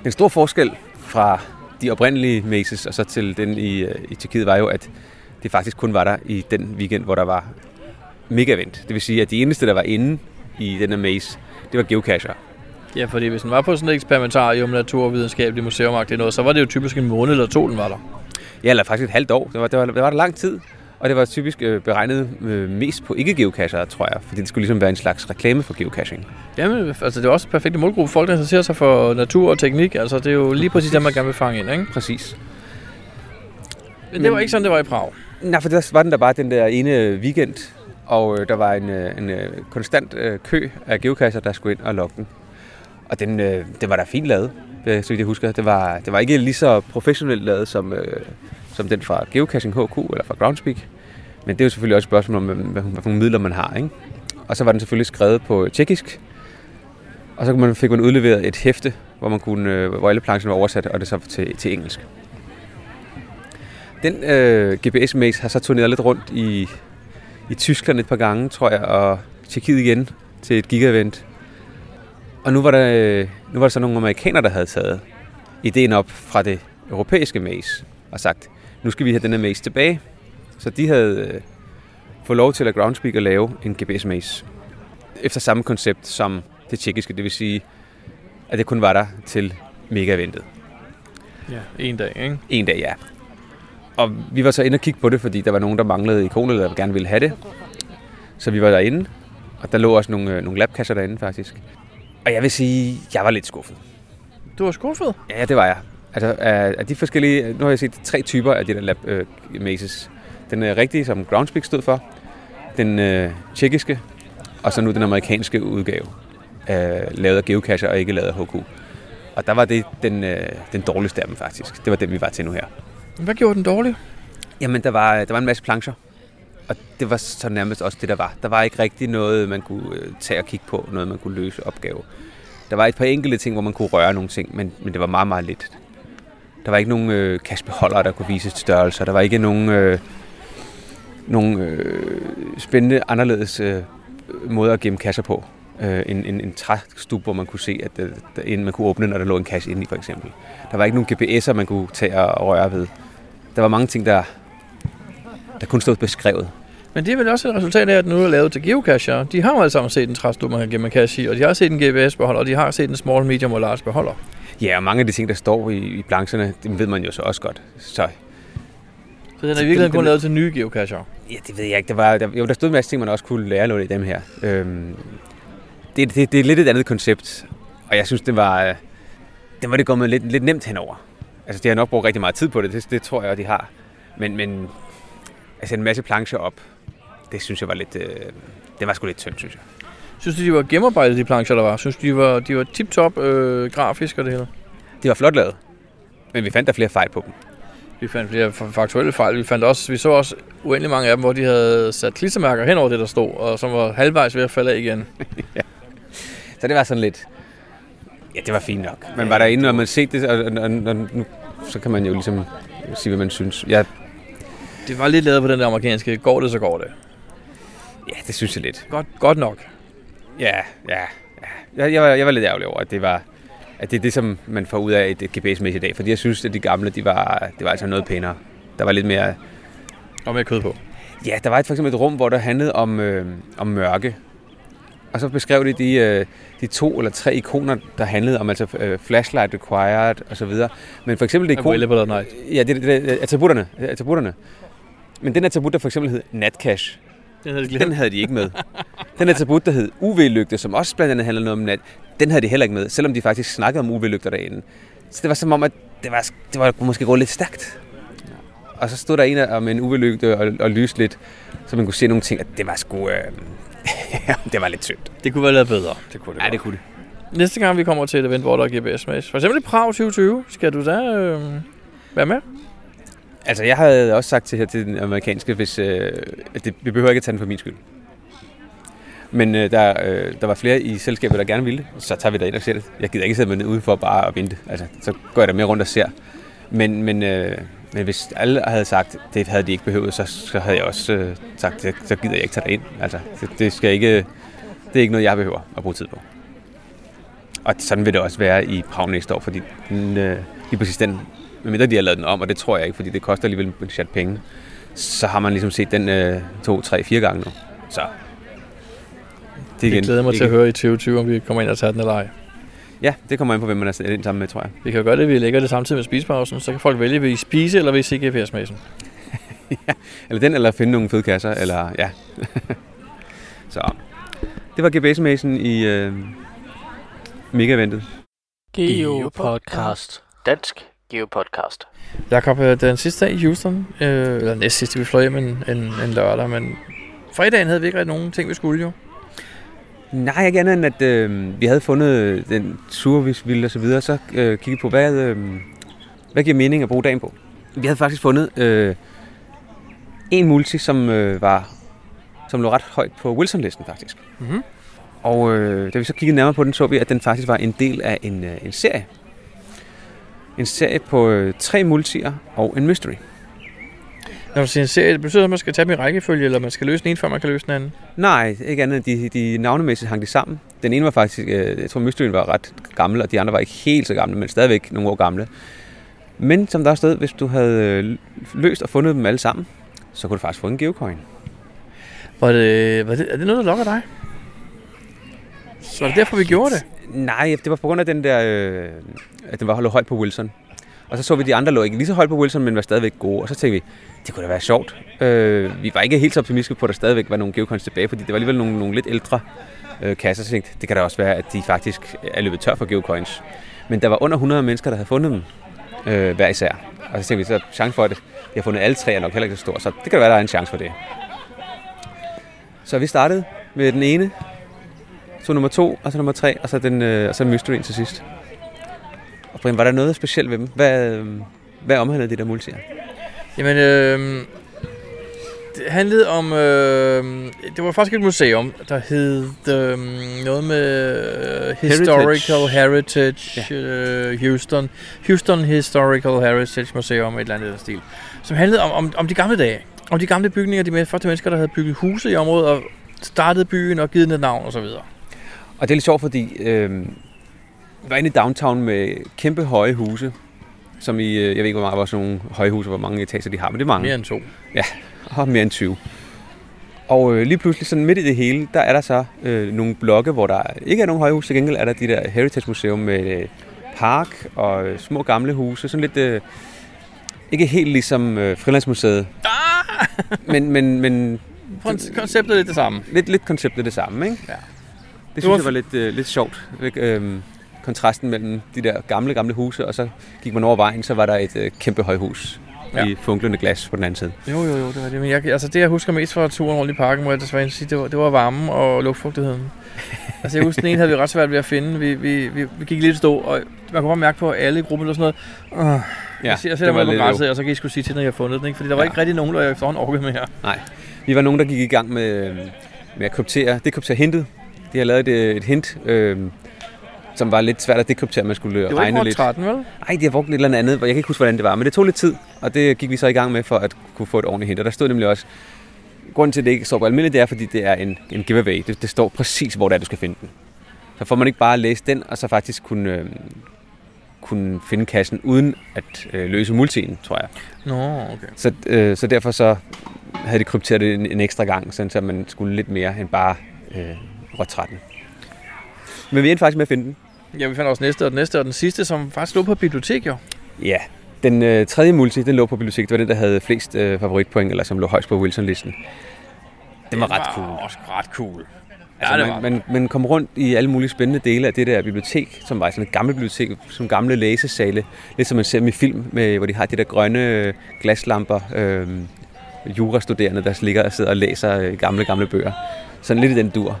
Speaker 2: En stor forskel fra de oprindelige mazes og så til den i, øh, i Tjekkiet var jo, at det faktisk kun var der i den weekend, hvor der var mega-event. Det vil sige, at de eneste, der var inde i den her maze, det var geocacher.
Speaker 1: ja, fordi hvis den var på sådan et eksperimentarium, naturvidenskabeligt museum noget, så var det jo typisk en måned eller to, den var der.
Speaker 2: Ja, eller faktisk et halvt år. Det var, det var, det var der lang tid, og det var typisk øh, beregnet øh, mest på ikke-geocacher, tror jeg, fordi det skulle ligesom være en slags reklame for geocaching.
Speaker 1: Jamen, altså det er også en perfekt målgruppe. Folk, der interesserer sig for natur og teknik, altså det er jo lige præcis det, man gerne vil fange ind, ikke?
Speaker 2: Præcis.
Speaker 1: Men det var ikke sådan, det var i Prag.
Speaker 2: Nej, for der var den der bare den der ene øh, weekend, og øh, der var en, øh, en øh, konstant øh, kø af geocacher, der skulle ind og logge den. Og den, øh, den var da fint lavet, øh, så vidt jeg husker. Det var, det var ikke lige så professionelt lavet som, øh, som den fra Geocaching HQ eller fra Groundspeak. Men det er jo selvfølgelig også et spørgsmål om, hvad, hvad, hvad for nogle midler man har. Ikke? Og så var den selvfølgelig skrevet på tjekkisk. Og så kunne man, fik man udleveret et hæfte, hvor, man kunne, øh, hvor alle plancherne var oversat, og det så til, til engelsk. Den øh, GPS-maze har så turneret lidt rundt i, i Tyskland et par gange, tror jeg, og Tjekkiet igen til et gigaevent. Og nu var, der, øh, nu var der så nogle amerikanere, der havde taget ideen op fra det europæiske maze og sagt, nu skal vi have den her maze tilbage. Så de havde øh, fået lov til at Groundspeak at lave en GPS-maze efter samme koncept som det tjekkiske, det vil sige, at det kun var der til mega-eventet.
Speaker 1: Ja, en dag, ikke?
Speaker 2: En dag, ja. Og vi var så inde og kigge på det, fordi der var nogen, der manglede ikonet, eller gerne ville have det. Så vi var derinde, og der lå også nogle, øh, nogle labkasser derinde, faktisk. Og jeg vil sige, jeg var lidt skuffet.
Speaker 1: Du var skuffet.
Speaker 2: Ja, det var jeg. Altså, af, af de forskellige... øh, Nu har jeg set tre typer af de der lab øh, mazes. Den øh, rigtige, som Groundspeak stod for. Den øh, tjekkiske. Og så nu den amerikanske udgave. Øh, lavet af geocacher og ikke lavet af HQ. Og der var det den, øh, den dårligste af dem, faktisk. Det var den, vi var til nu her.
Speaker 1: Hvad gjorde den dårlig?
Speaker 2: Jamen, der var, der var en masse plancher. Og det var så nærmest også det, der var. Der var ikke rigtig noget, man kunne øh, tage og kigge på. Noget, man kunne løse opgave. Der var et par enkelte ting, hvor man kunne røre nogle ting, men, men det var meget, meget lidt. Der var ikke nogen øh, kassebeholdere, der kunne vise størrelser. Der var ikke nogen, øh, nogen øh, spændende, anderledes øh, måder at gemme kasser på. Øh, en, en, en træstub, hvor man kunne se, at øh, der, inden man kunne åbne, når der lå en kasse inde i, for eksempel. Der var ikke nogen GPS'er, man kunne tage og røre ved. Der var mange ting, der, der kun stod beskrevet.
Speaker 1: Men det er vel også et resultat af, at den nu er lavet til geocacher. De har jo alle sammen set en træstub, man kan gemme en cache i, og de har set en GPS-beholder, og de har set en small, medium og large beholder.
Speaker 2: Ja, og mange af de ting, der står i, i plancherne, dem ved man jo så også godt. Så
Speaker 1: Så Så den er i virkeligheden kun lavet til nye geocacher.
Speaker 2: Ja, det ved jeg ikke. Der var, der, jo, der stod en masse ting, man også kunne lære noget i dem her. Øhm, det, det, det, er lidt et andet koncept, og jeg synes, det var, øh, det var det gået med lidt, lidt nemt henover. Altså, de har nok brugt rigtig meget tid på det, det, det tror jeg, de har. Men, men altså, en masse plancher op, det synes jeg var lidt, øh, det var sgu lidt tyndt, synes jeg.
Speaker 1: Synes du, de var gennemarbejdet, de plancher, der var? Synes du, de var, de var tip-top øh, grafisk og det hele?
Speaker 2: De var flot lavet, men vi fandt der flere fejl på dem.
Speaker 1: Vi fandt flere fa- faktuelle fejl. Vi, fandt også, vi så også uendelig mange af dem, hvor de havde sat klistermærker hen over det, der stod, og som var halvvejs ved at falde af igen.
Speaker 2: Så det var sådan lidt... Ja, det var fint nok. Men var der inde, når man set det, og, og, og, og nu, så kan man jo ligesom sige, hvad man synes. Ja,
Speaker 1: Det var lidt lavet på den der amerikanske, går det, så går det.
Speaker 2: ja det synes jeg lidt.
Speaker 1: Godt, godt nok.
Speaker 2: Ja, ja, ja. Jeg, jeg, var, jeg var lidt ærgerlig over, at det var at det er det, som man får ud af et, et GPS-mæssigt i dag. Fordi jeg synes, at de gamle, de var, det var altså noget pænere. Der var lidt mere...
Speaker 1: Og med kød på.
Speaker 2: Ja, der var et, for eksempel et rum, hvor der handlede om, øh, om mørke. Og så beskrev de de, øh, de to eller tre ikoner, der handlede om altså øh, flashlight required og så videre. Men for eksempel det
Speaker 1: Cool.
Speaker 2: ikon,
Speaker 1: Available at night.
Speaker 2: Ja, det, det, det attributterne, attributterne. Men den attribut, der for eksempel hed natcash,
Speaker 1: Den havde
Speaker 2: den havde de ikke med. Den attribut, der hed UV-lygte, som også blandt andet handler noget om nat, den havde de heller ikke med, selvom de faktisk snakkede om UV-lygter derinde. Så det var som om, at det var, det var måske gået lidt stærkt. Og så stod der en om en UV-lygte og, og lyste lidt, så man kunne se nogle ting, og det var sgu... Øh, det var lidt tyndt.
Speaker 1: Det kunne være lavet bedre. Det kunne
Speaker 2: Ja, det kunne det.
Speaker 1: Næste gang vi kommer til et event, hvor der er gps med for eksempel i Prag 2020, skal du da øh, være med?
Speaker 2: Altså, jeg havde også sagt til her til den amerikanske, hvis, øh, at det, vi behøver ikke at tage den for min skyld. Men øh, der, øh, der var flere i selskabet, der gerne ville det, så tager vi da ind og ser det. Jeg gider ikke sidde med den ude for bare at vente. Altså, så går jeg da mere rundt og ser. Men, men, øh, men hvis alle havde sagt, det havde de ikke behøvet, så, så havde jeg også øh, sagt, det, så gider jeg ikke tage dig ind. Altså, det, det, skal ikke, det er ikke noget, jeg behøver at bruge tid på. Og sådan vil det også være i Prag næste år, fordi den, øh, lige præcis den medmindre de har lavet den om, og det tror jeg ikke, fordi det koster alligevel en chat penge, så har man ligesom set den øh, to, tre, fire gange nu. Så det er
Speaker 1: Jeg
Speaker 2: igen.
Speaker 1: glæder mig til
Speaker 2: ikke-
Speaker 1: at høre i 2020, om vi kommer ind og tager den eller ej.
Speaker 2: Ja, det kommer an på, hvem man er sat ind sammen med, tror jeg.
Speaker 1: Vi kan jo gøre det, at vi lægger det samtidig med spisepausen, så kan folk vælge, vil I spise eller vil I se GPS-mæssen.
Speaker 2: Eller den, eller finde nogle fede kasser, eller ja. så det var GPS-mæsen i øh, mega-eventet.
Speaker 3: Geopodcast. Dansk Geopodcast.
Speaker 1: Jakob, øh, den sidste dag i Houston, øh, eller næst sidste, vi fløj hjem en, en, en lørdag, men fredagen havde vi ikke rigtig nogen ting, vi skulle jo.
Speaker 2: Nej, ikke andet end, at øh, vi havde fundet øh, den servicevilde og så videre, så øh, kiggede på, hvad, øh, hvad giver mening at bruge dagen på? Vi havde faktisk fundet øh, en multi, som, øh, var, som lå ret højt på Wilson-listen faktisk.
Speaker 1: Mhm.
Speaker 2: Og øh, da vi så kiggede nærmere på den, så vi, at den faktisk var en del af en, øh, en serie. En serie på øh, tre multier og en mystery.
Speaker 1: Når du siger en serie, det betyder, at man skal tage dem i rækkefølge, eller man skal løse den ene, før man kan løse den anden.
Speaker 2: Nej, ikke andet end de, de navnemæssigt hang de sammen. Den ene var faktisk, øh, jeg tror Mysteryen var ret gammel, og de andre var ikke helt så gamle, men stadigvæk nogle år gamle. Men som der er sted, hvis du havde øh, løst og fundet dem alle sammen, så kunne du faktisk få en geocoin.
Speaker 1: Var det, var det, er det noget, der lokker dig? Var det derfor, vi gjorde det?
Speaker 2: Nej, det var på grund af den der, øh, at den var holdt højt på Wilson. Og så så vi, at de andre lå ikke lige så højt på Wilson, men var stadigvæk gode. Og så tænkte vi, det kunne da være sjovt. Øh, vi var ikke helt så optimistiske på, at der stadigvæk var nogle geocoins tilbage, fordi det var alligevel nogle, nogle lidt ældre øh, kasser. Så tænkte jeg, det kan da også være, at de faktisk er løbet tør for geocoins. Men der var under 100 mennesker, der havde fundet dem øh, hver især. Og så tænkte vi, så chancen for, at de har fundet alle tre, er nok heller ikke så stor. Så det kan da være, at der er en chance for det. Så vi startede med den ene, så nummer to, og så nummer tre, og så, den, øh, og så mysteryen til sidst. Og Brian, var der noget specielt ved dem? Hvad, øh, hvad omhandlede det der multier?
Speaker 1: Jamen, øh, det handlede om... Øh, det var faktisk et museum, der hed øh, noget med øh, Historical Heritage, Heritage øh, Houston. Houston Historical Heritage Museum, et eller andet i den stil. Som handlede om, om, om de gamle dage. Om de gamle bygninger, de med- første mennesker, der havde bygget huse i området og startede byen og givet den et navn osv.
Speaker 2: Og det er lidt sjovt, fordi øh, vi var inde i downtown med kæmpe høje huse, som i, øh, jeg ved ikke, hvor mange var sådan nogle høje huse, hvor mange etager de har, men det er mange.
Speaker 1: Mere end to.
Speaker 2: og mere end 20. Og øh, lige pludselig, sådan midt i det hele, der er der så øh, nogle blokke, hvor der ikke er nogen højhus. Til gengæld er der de der Heritage Museum med øh, park og øh, små gamle huse. Sådan lidt, øh, Ikke helt ligesom øh, Frilandsmuseet,
Speaker 1: Ah!
Speaker 2: men, men, men
Speaker 1: Kon- Konceptet er lidt det samme.
Speaker 2: lidt, lidt konceptet det samme, ikke?
Speaker 1: Ja.
Speaker 2: Det
Speaker 1: var
Speaker 2: synes jeg
Speaker 1: f-
Speaker 2: var lidt, øh, lidt sjovt. Lidt, Øh, kontrasten mellem de der gamle, gamle huse, og så gik man over vejen, så var der et øh, kæmpe højhus
Speaker 1: Ja.
Speaker 2: ja. i funklende glas på den anden side.
Speaker 1: Jo, jo, jo, det var det. Men jeg, altså det, jeg husker mest fra turen rundt i parken, må jeg desværre sige, det var, det var varmen og luftfugtigheden. Altså jeg husker, den ene havde vi ret svært ved at finde. Vi, vi, vi, vi gik lidt i stå, og man kunne bare mærke på at alle i gruppen og sådan noget. Uh, ja, jeg sætter mig på græsset, og så kan I skulle sige til, når jeg har fundet den. Ikke? Fordi der var
Speaker 2: Ja.
Speaker 1: ikke rigtig nogen, der efterhånden orkede med her.
Speaker 2: Vi var nogen, der gik i gang med, med at kryptere. Det krypterer hintet. De har lavet et, et hint, øh, som var lidt svært at dekryptere. Man skulle øh,
Speaker 1: Det var ikke
Speaker 2: regne
Speaker 1: rundt
Speaker 2: lidt.
Speaker 1: 13, vel?
Speaker 2: Ej, de har brugt et eller andet, hvor jeg kan ikke huske, hvordan det var. Men det tog lidt tid, og det gik vi så i gang med for at kunne få et ordentligt hint. Og der stod nemlig også, grunden til, at det ikke står på almindeligt, det er, fordi det er en, en giveaway. Det, det, står præcis, hvor det er, du skal finde den. Så får man ikke bare læst den, og så faktisk kunne, øh, kunne finde kassen uden at øh, løse multien, tror jeg.
Speaker 1: Nå, okay.
Speaker 2: Så, øh, så derfor så havde de krypteret det en, en ekstra gang, sådan så man skulle lidt mere end bare øh, rødt 13. Men vi endte faktisk med at finde den.
Speaker 1: Ja, vi fandt også næste og den næste og den sidste, som faktisk lå på et bibliotek jo.
Speaker 2: Ja, den øh, tredje multi, den lå på biblioteket. Det var den, der havde flest øh, favoritpoint, eller som lå højst på Wilson-listen. Den var ret cool.
Speaker 1: Også ret cool. Ja,
Speaker 2: Altså,
Speaker 1: det var.
Speaker 2: man, man, man kom rundt i alle mulige spændende dele af det der bibliotek, som var sådan et gammelt bibliotek, som gamle læsesale. Lidt som man ser dem i film, med, hvor de har de der grønne øh, glaslamper. Øh, jurastuderende, der ligger og sidder og læser øh, gamle, gamle bøger. Sådan lidt i den dur.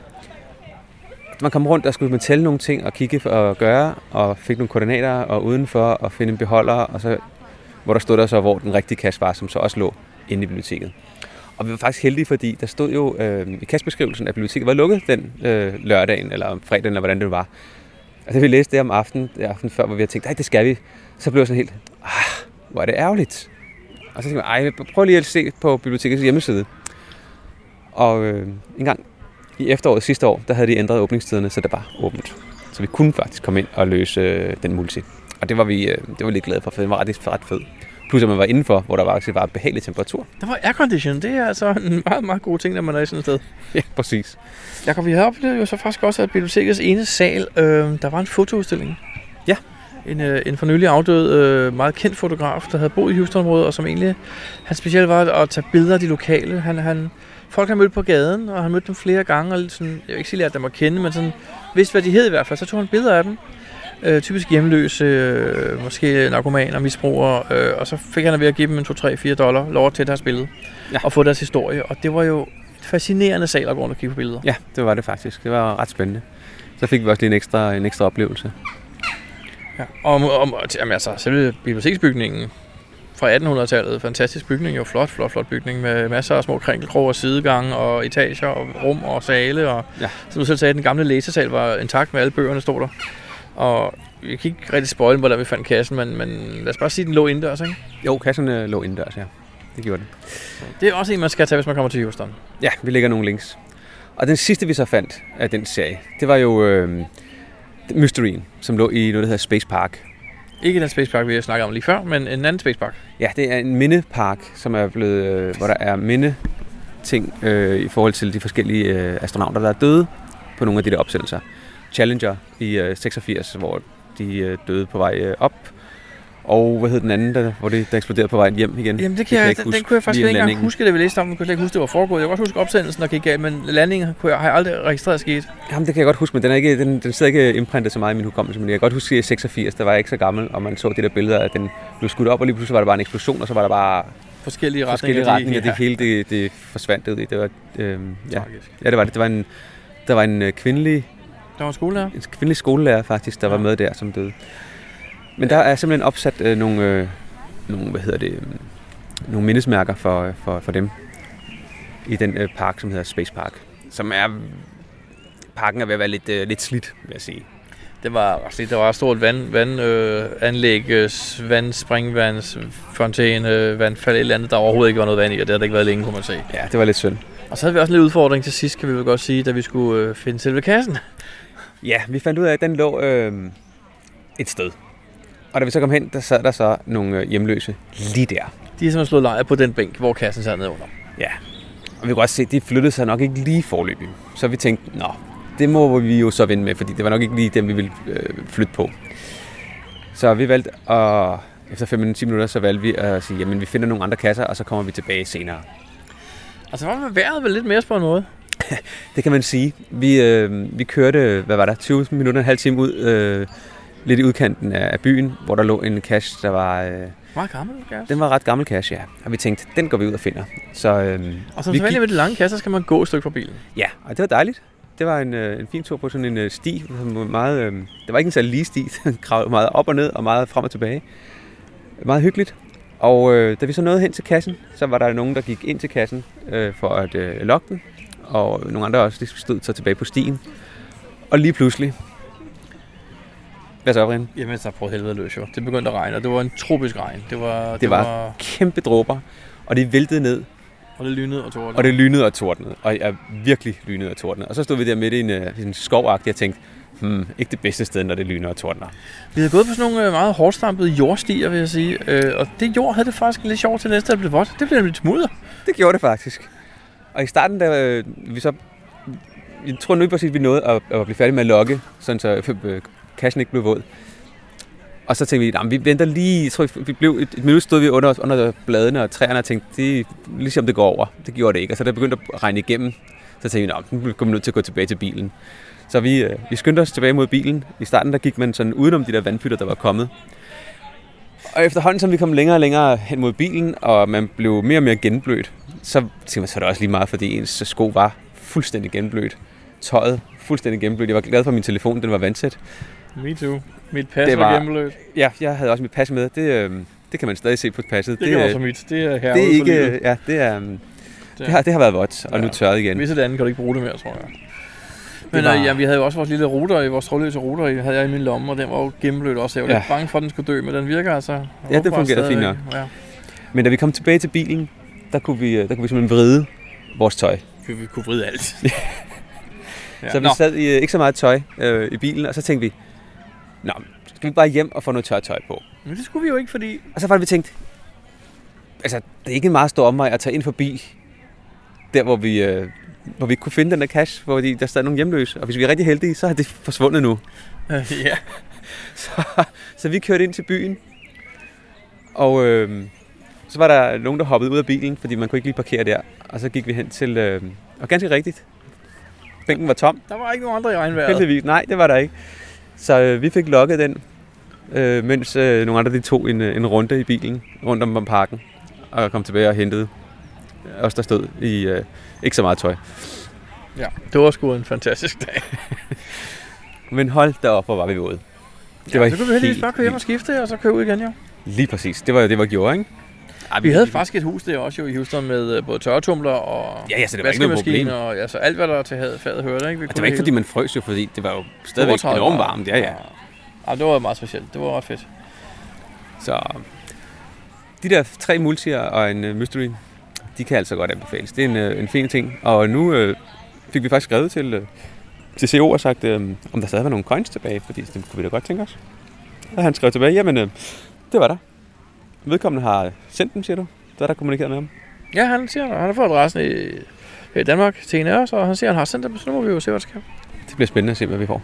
Speaker 2: Man kom rundt, og skulle man tælle nogle ting og kigge for- og gøre, og fik nogle koordinater og udenfor og finde en beholder, og så, hvor der stod der så, hvor den rigtige kasse var, som så også lå inde i biblioteket. Og vi var faktisk heldige, fordi der stod jo øh, i kastbeskrivelsen, at biblioteket var lukket den øh, lørdagen, eller om fredagen, eller hvordan det nu var. Og da vi læste det om aftenen, øh, aftenen før, hvor vi havde tænkt, nej, det skal vi, så blev jeg sådan helt, ah, hvor er det ærgerligt. Og så tænkte jeg, ej, prøv lige at se på bibliotekets hjemmeside. Og øh, en gang i efteråret sidste år, der havde de ændret åbningstiderne, så det var åbent. Så vi kunne faktisk komme ind og løse øh, den multi. Og det var vi øh, det var vi lidt glade for, for den var ret, ret fed. Plus at man var indenfor, hvor der faktisk var behagelig temperatur.
Speaker 1: Der var aircondition. Det er altså en meget, meget god ting, når man er i sådan et sted.
Speaker 2: Ja, præcis.
Speaker 1: Jakob, vi havde oplevet jo så faktisk også, at bibliotekets ene sal, øh, der var en fotoudstilling.
Speaker 2: Ja.
Speaker 1: En, øh, en for nylig afdød, øh, meget kendt fotograf, der havde boet i Houston-området, og som egentlig, hans speciale var at tage billeder af de lokale. Han, han, folk han mødte på gaden, og han mødte dem flere gange, og lidt sådan, jeg vil ikke sige, at dem at kende, men sådan, vidste, hvad de hed i hvert fald, så tog han billeder af dem. Øh, typisk hjemløse, øh, måske narkomaner, misbrugere, øh, og så fik han ved at give dem en 2-3-4 dollar lov til deres billede,
Speaker 2: Ja.
Speaker 1: ja. og få deres historie, og det var jo et fascinerende sal at gå rundt og kigge på billeder.
Speaker 2: Ja, det var det faktisk. Det var ret spændende. Så fik vi også lige en ekstra, en ekstra oplevelse.
Speaker 1: Ja. Om, om, og til- jamen, altså, selve biblioteksbygningen fra 1800-tallet, fantastisk bygning, jo flot, flot, flot bygning med masser af små krinkelkrog og sidegange og etager og rum og sale. Og,
Speaker 2: Ja.
Speaker 1: Som du selv sagde, den gamle læsesal var intakt med alle bøgerne, stod der. Og jeg kan ikke rigtig spoil, hvordan vi fandt kassen, men, men lad os bare sige, at den lå indendørs. Ikke?
Speaker 2: Jo, kasserne lå indendørs, ja. Det gjorde den.
Speaker 1: Det er også en, man skal tage, hvis man kommer til Houston.
Speaker 2: Ja, vi lægger nogle links. Og den sidste, vi så fandt af den serie, det var jo øh, Mysterien, som lå i noget, der hedder Space Park.
Speaker 1: Ikke den spacepark, vi snakkede om lige før, men en anden spacepark.
Speaker 2: Ja, det er en mindepark, som er blevet, øh, hvor der er mindeting øh, i forhold til de forskellige øh, astronauter, der er døde på nogle af de der opsendelser. Challenger i øh, 86, hvor de øh, døde på vej øh, op. Og hvad hed den anden, der, hvor det der eksploderede på vej hjem igen?
Speaker 1: Jamen det kan jeg,
Speaker 2: ikke
Speaker 1: den, den
Speaker 2: huske.
Speaker 1: kunne jeg faktisk
Speaker 2: Lige
Speaker 1: ikke engang
Speaker 2: landingen.
Speaker 1: huske, da vi læste om. den. Jeg kunne slet ikke huske, det var foregået. Jeg kan også huske opsendelsen, der gik galt, men landingen kunne jeg, har jeg aldrig registreret skete.
Speaker 2: Jamen, det kan jeg godt huske, men den, er ikke, den, den sidder ikke øh, imprintet så meget i min hukommelse, men jeg kan godt huske, at i 86, der var jeg ikke så gammel, og man så det der billede af, at den blev skudt op, og lige pludselig var der bare en eksplosion, og så var der bare
Speaker 1: forskellige retninger.
Speaker 2: forskellige retninger, det hele det, det forsvandt ud i. Det var, øh, ja. Ja, det var det. Det var en, der var en øh, kvindelig,
Speaker 1: Der var en skolelærer.
Speaker 2: en kvindelig skolelærer faktisk, der ja. var
Speaker 1: Ja.
Speaker 2: med der, som døde. Men der er simpelthen opsat øh, nogle, øh, nogle, hvad hedder det, øh, nogle mindesmærker for, øh, for, for dem i den øh, park, som hedder Space Park. Som er, parken er ved at være lidt, øh, lidt slidt, vil jeg sige.
Speaker 1: Det var, altså, der var et stort vand, vandanlæg, øh, anlæg, øh, s- vand, springvands, fontæne, øh, vandfald, et eller andet, der overhovedet ikke var noget vand i, og det havde der ikke været længe, kunne man se.
Speaker 2: Ja, det var lidt synd.
Speaker 1: Og så havde vi også en lille udfordring til sidst, kan vi vel godt sige, da vi skulle øh, finde selve kassen.
Speaker 2: Ja, vi fandt ud af, at den lå øh, et sted. Og da vi så kom hen, der sad der så nogle øh, hjemløse lige der.
Speaker 1: De er simpelthen slået lejr på den bænk, hvor kassen sad nede under.
Speaker 2: Og vi kunne også se, at de flyttede sig nok ikke lige forløbig. Så vi tænkte, nå, det må vi jo så vende med, fordi det var nok ikke lige dem, vi ville øh, flytte på. Så vi valgte at efter 5-10 minutter, så valgte vi at sige, jamen vi finder nogle andre kasser, og så kommer vi tilbage senere.
Speaker 1: Og så Altså, var man vejret vel lidt mere på en måde.
Speaker 2: Det kan man sige. Vi, øh, vi kørte, hvad var der, 20 minutter, en halv time ud, øh, lidt i udkanten af, af byen, hvor der lå en cash, der var... Øh,
Speaker 1: Meget gammel, gas.
Speaker 2: den var ret gammel cash, ja. Og vi tænkte, den går vi ud og finder. Så, øh,
Speaker 1: Og som
Speaker 2: vi
Speaker 1: sædvanligt
Speaker 2: gik-
Speaker 1: med de lange kasser, skal man gå et stykke fra bilen.
Speaker 2: Ja, og det var dejligt. Det var en, øh, en fin tur på sådan en øh, sti. som var Meget, øh, det var ikke en særlig lige sti. Den kravlede meget op og ned og meget frem og tilbage. Meget hyggeligt. Og øh, da vi så nåede hen til kassen, så var der nogen, der gik ind til kassen øh, for at øh, lokke den. Og nogle andre også, de stod så tilbage på stien. Og lige pludselig... Hvad så, Brian?
Speaker 1: Jamen, så prøv helvede løs jo. Det begyndte at regne, og det var en tropisk regn. Det var, det,
Speaker 2: var-
Speaker 1: var...
Speaker 2: Kæmpe dråber. Og det væltede ned
Speaker 1: Og det lynede og tordnede.
Speaker 2: Og det lynede og tordnede, og jeg virkelig lynede og tordnede. Og så stod vi der midt i en, øh, i en skovagtig og tænkte, hmm, ikke det bedste sted, når det lyner og tordner.
Speaker 1: Vi havde gået på sådan nogle øh, meget hårdstampede jordstier, vil jeg sige. Øh, og det jord havde det faktisk lidt sjovt til næste, der blev vådt. Det blev nemlig smudder.
Speaker 2: Det gjorde det faktisk. Og i starten, da øh, vi så... Jeg tror nu præcis, vi nåede at, at blive færdige med at lokke, sådan så øh, kassen ikke blev våd. Og så tænkte vi, "Nå, men vi venter lige, jeg tror, vi blev, et, et minut stod vi under, under bladene og træerne og tænkte, det, ligesom det går over. Det gjorde det ikke. Og så da det begyndte at regne igennem, så tænkte vi, "Nå, nu kommer vi nødt til at gå tilbage til bilen. Så vi, øh, vi skyndte os tilbage mod bilen. I starten der gik man sådan udenom de der vandpytter, der var kommet. Og efterhånden, som vi kom længere og længere hen mod bilen, og man blev mere og mere genblødt, så tænkte man, så er det også lige meget, fordi ens sko var fuldstændig genblødt. Tøjet fuldstændig genblødt. Jeg var glad for, at min telefon den var vandsæt.
Speaker 1: Me too. Mit pas
Speaker 2: Det
Speaker 1: det
Speaker 2: var-
Speaker 1: var gennemløst.
Speaker 2: Ja, jeg havde også mit pas med. Det, øh, det kan man stadig se på et passet.
Speaker 1: Det, det
Speaker 2: øh,
Speaker 1: var så mit. Det er her
Speaker 2: det er ikke... Ja, det, er, øh, det, har, det har været vådt, og ja. nu
Speaker 1: Ja.
Speaker 2: tørret igen.
Speaker 1: Hvis et andet kan du ikke bruge det mere, tror jeg. Men
Speaker 2: var-
Speaker 1: var... øh, ja, vi havde jo også vores lille router, i- vores trådløse router, i- havde jeg i min lomme, og den var jo gennemblødt også. Jeg var
Speaker 2: Ja.
Speaker 1: ja. lidt bange for, at den skulle dø, men den virker altså.
Speaker 2: den
Speaker 1: åbenbart
Speaker 2: fungerede fint
Speaker 1: stadigvæk. Ja.
Speaker 2: Men da vi kom tilbage til bilen, der kunne vi, øh, der kunne vi simpelthen vride vores tøj.
Speaker 1: Vi, vi kunne vride alt. ja.
Speaker 2: Så vi
Speaker 1: Nå,
Speaker 2: sad i øh, ikke så meget tøj øh, i bilen, og så tænkte vi, Nå, skal vi bare hjem og få noget tørt tøj på?
Speaker 1: men det skulle vi jo ikke, fordi
Speaker 2: Og så var det, vi tænkte, altså, det er ikke en meget stor omvej at tage ind forbi, der hvor vi, øh, hvor vi ikke kunne finde den der cash, hvor de, der stod nogle hjemløse. Og hvis vi er rigtig heldige, så er det forsvundet nu.
Speaker 1: Øh, ja,
Speaker 2: Så, så vi kørte ind til byen, og øh, så var der nogen, der hoppede ud af bilen, fordi man kunne ikke lige parkere der. Og så gik vi hen til, øh, og ganske rigtigt, bænken var tom.
Speaker 1: der var ikke nogen andre i regnvejret.
Speaker 2: Heldigvis, nej, det var der ikke. Så øh, vi fik lukket den, øh, mens øh, nogle andre de tog en, øh, en runde i bilen rundt om om parken og kom tilbage og hentede os, der stod i øh, ikke så meget tøj.
Speaker 1: Ja, det var sgu en fantastisk dag.
Speaker 2: Men hold da op, hvor var vi våde. Det
Speaker 1: så kunne vi heldigvis bare køre hjem og skifte, og så køre ud igen, jo.
Speaker 2: Lige præcis, det var jo det, vi gjorde, ikke? Ej,
Speaker 1: Vi havde faktisk et hus der også jo i Houston med øh, både tørretumbler og
Speaker 2: Ja, ja, så det var ikke noget problem.
Speaker 1: vaskemaskiner og altså, alt, hvad der til havde fadet hørte. Ikke? Vi
Speaker 2: Og det var ikke, fordi man frøs jo, fordi det var jo stadigvæk enormt varmt. Ja, ja.
Speaker 1: Ja, det var meget specielt. Det var ret fedt.
Speaker 2: Så de der tre multier og en øh, mystery, de kan altså godt anbefales. Det er en, øh, en fin ting. Og nu øh, fik vi faktisk skrevet til, øh, til CO og sagt, øh, om der stadig var nogle coins tilbage, fordi det kunne vi da godt tænke os. Og han skrev tilbage, jamen øh, det var der. Vedkommende har sendt dem, siger du. Der er der kommunikeret med ham.
Speaker 1: Ja, han siger, han har fået adressen i, her i Danmark til en af os, og han siger, han har sendt dem, så nu må vi jo se, hvad der sker.
Speaker 2: Det bliver spændende at se, hvad vi får.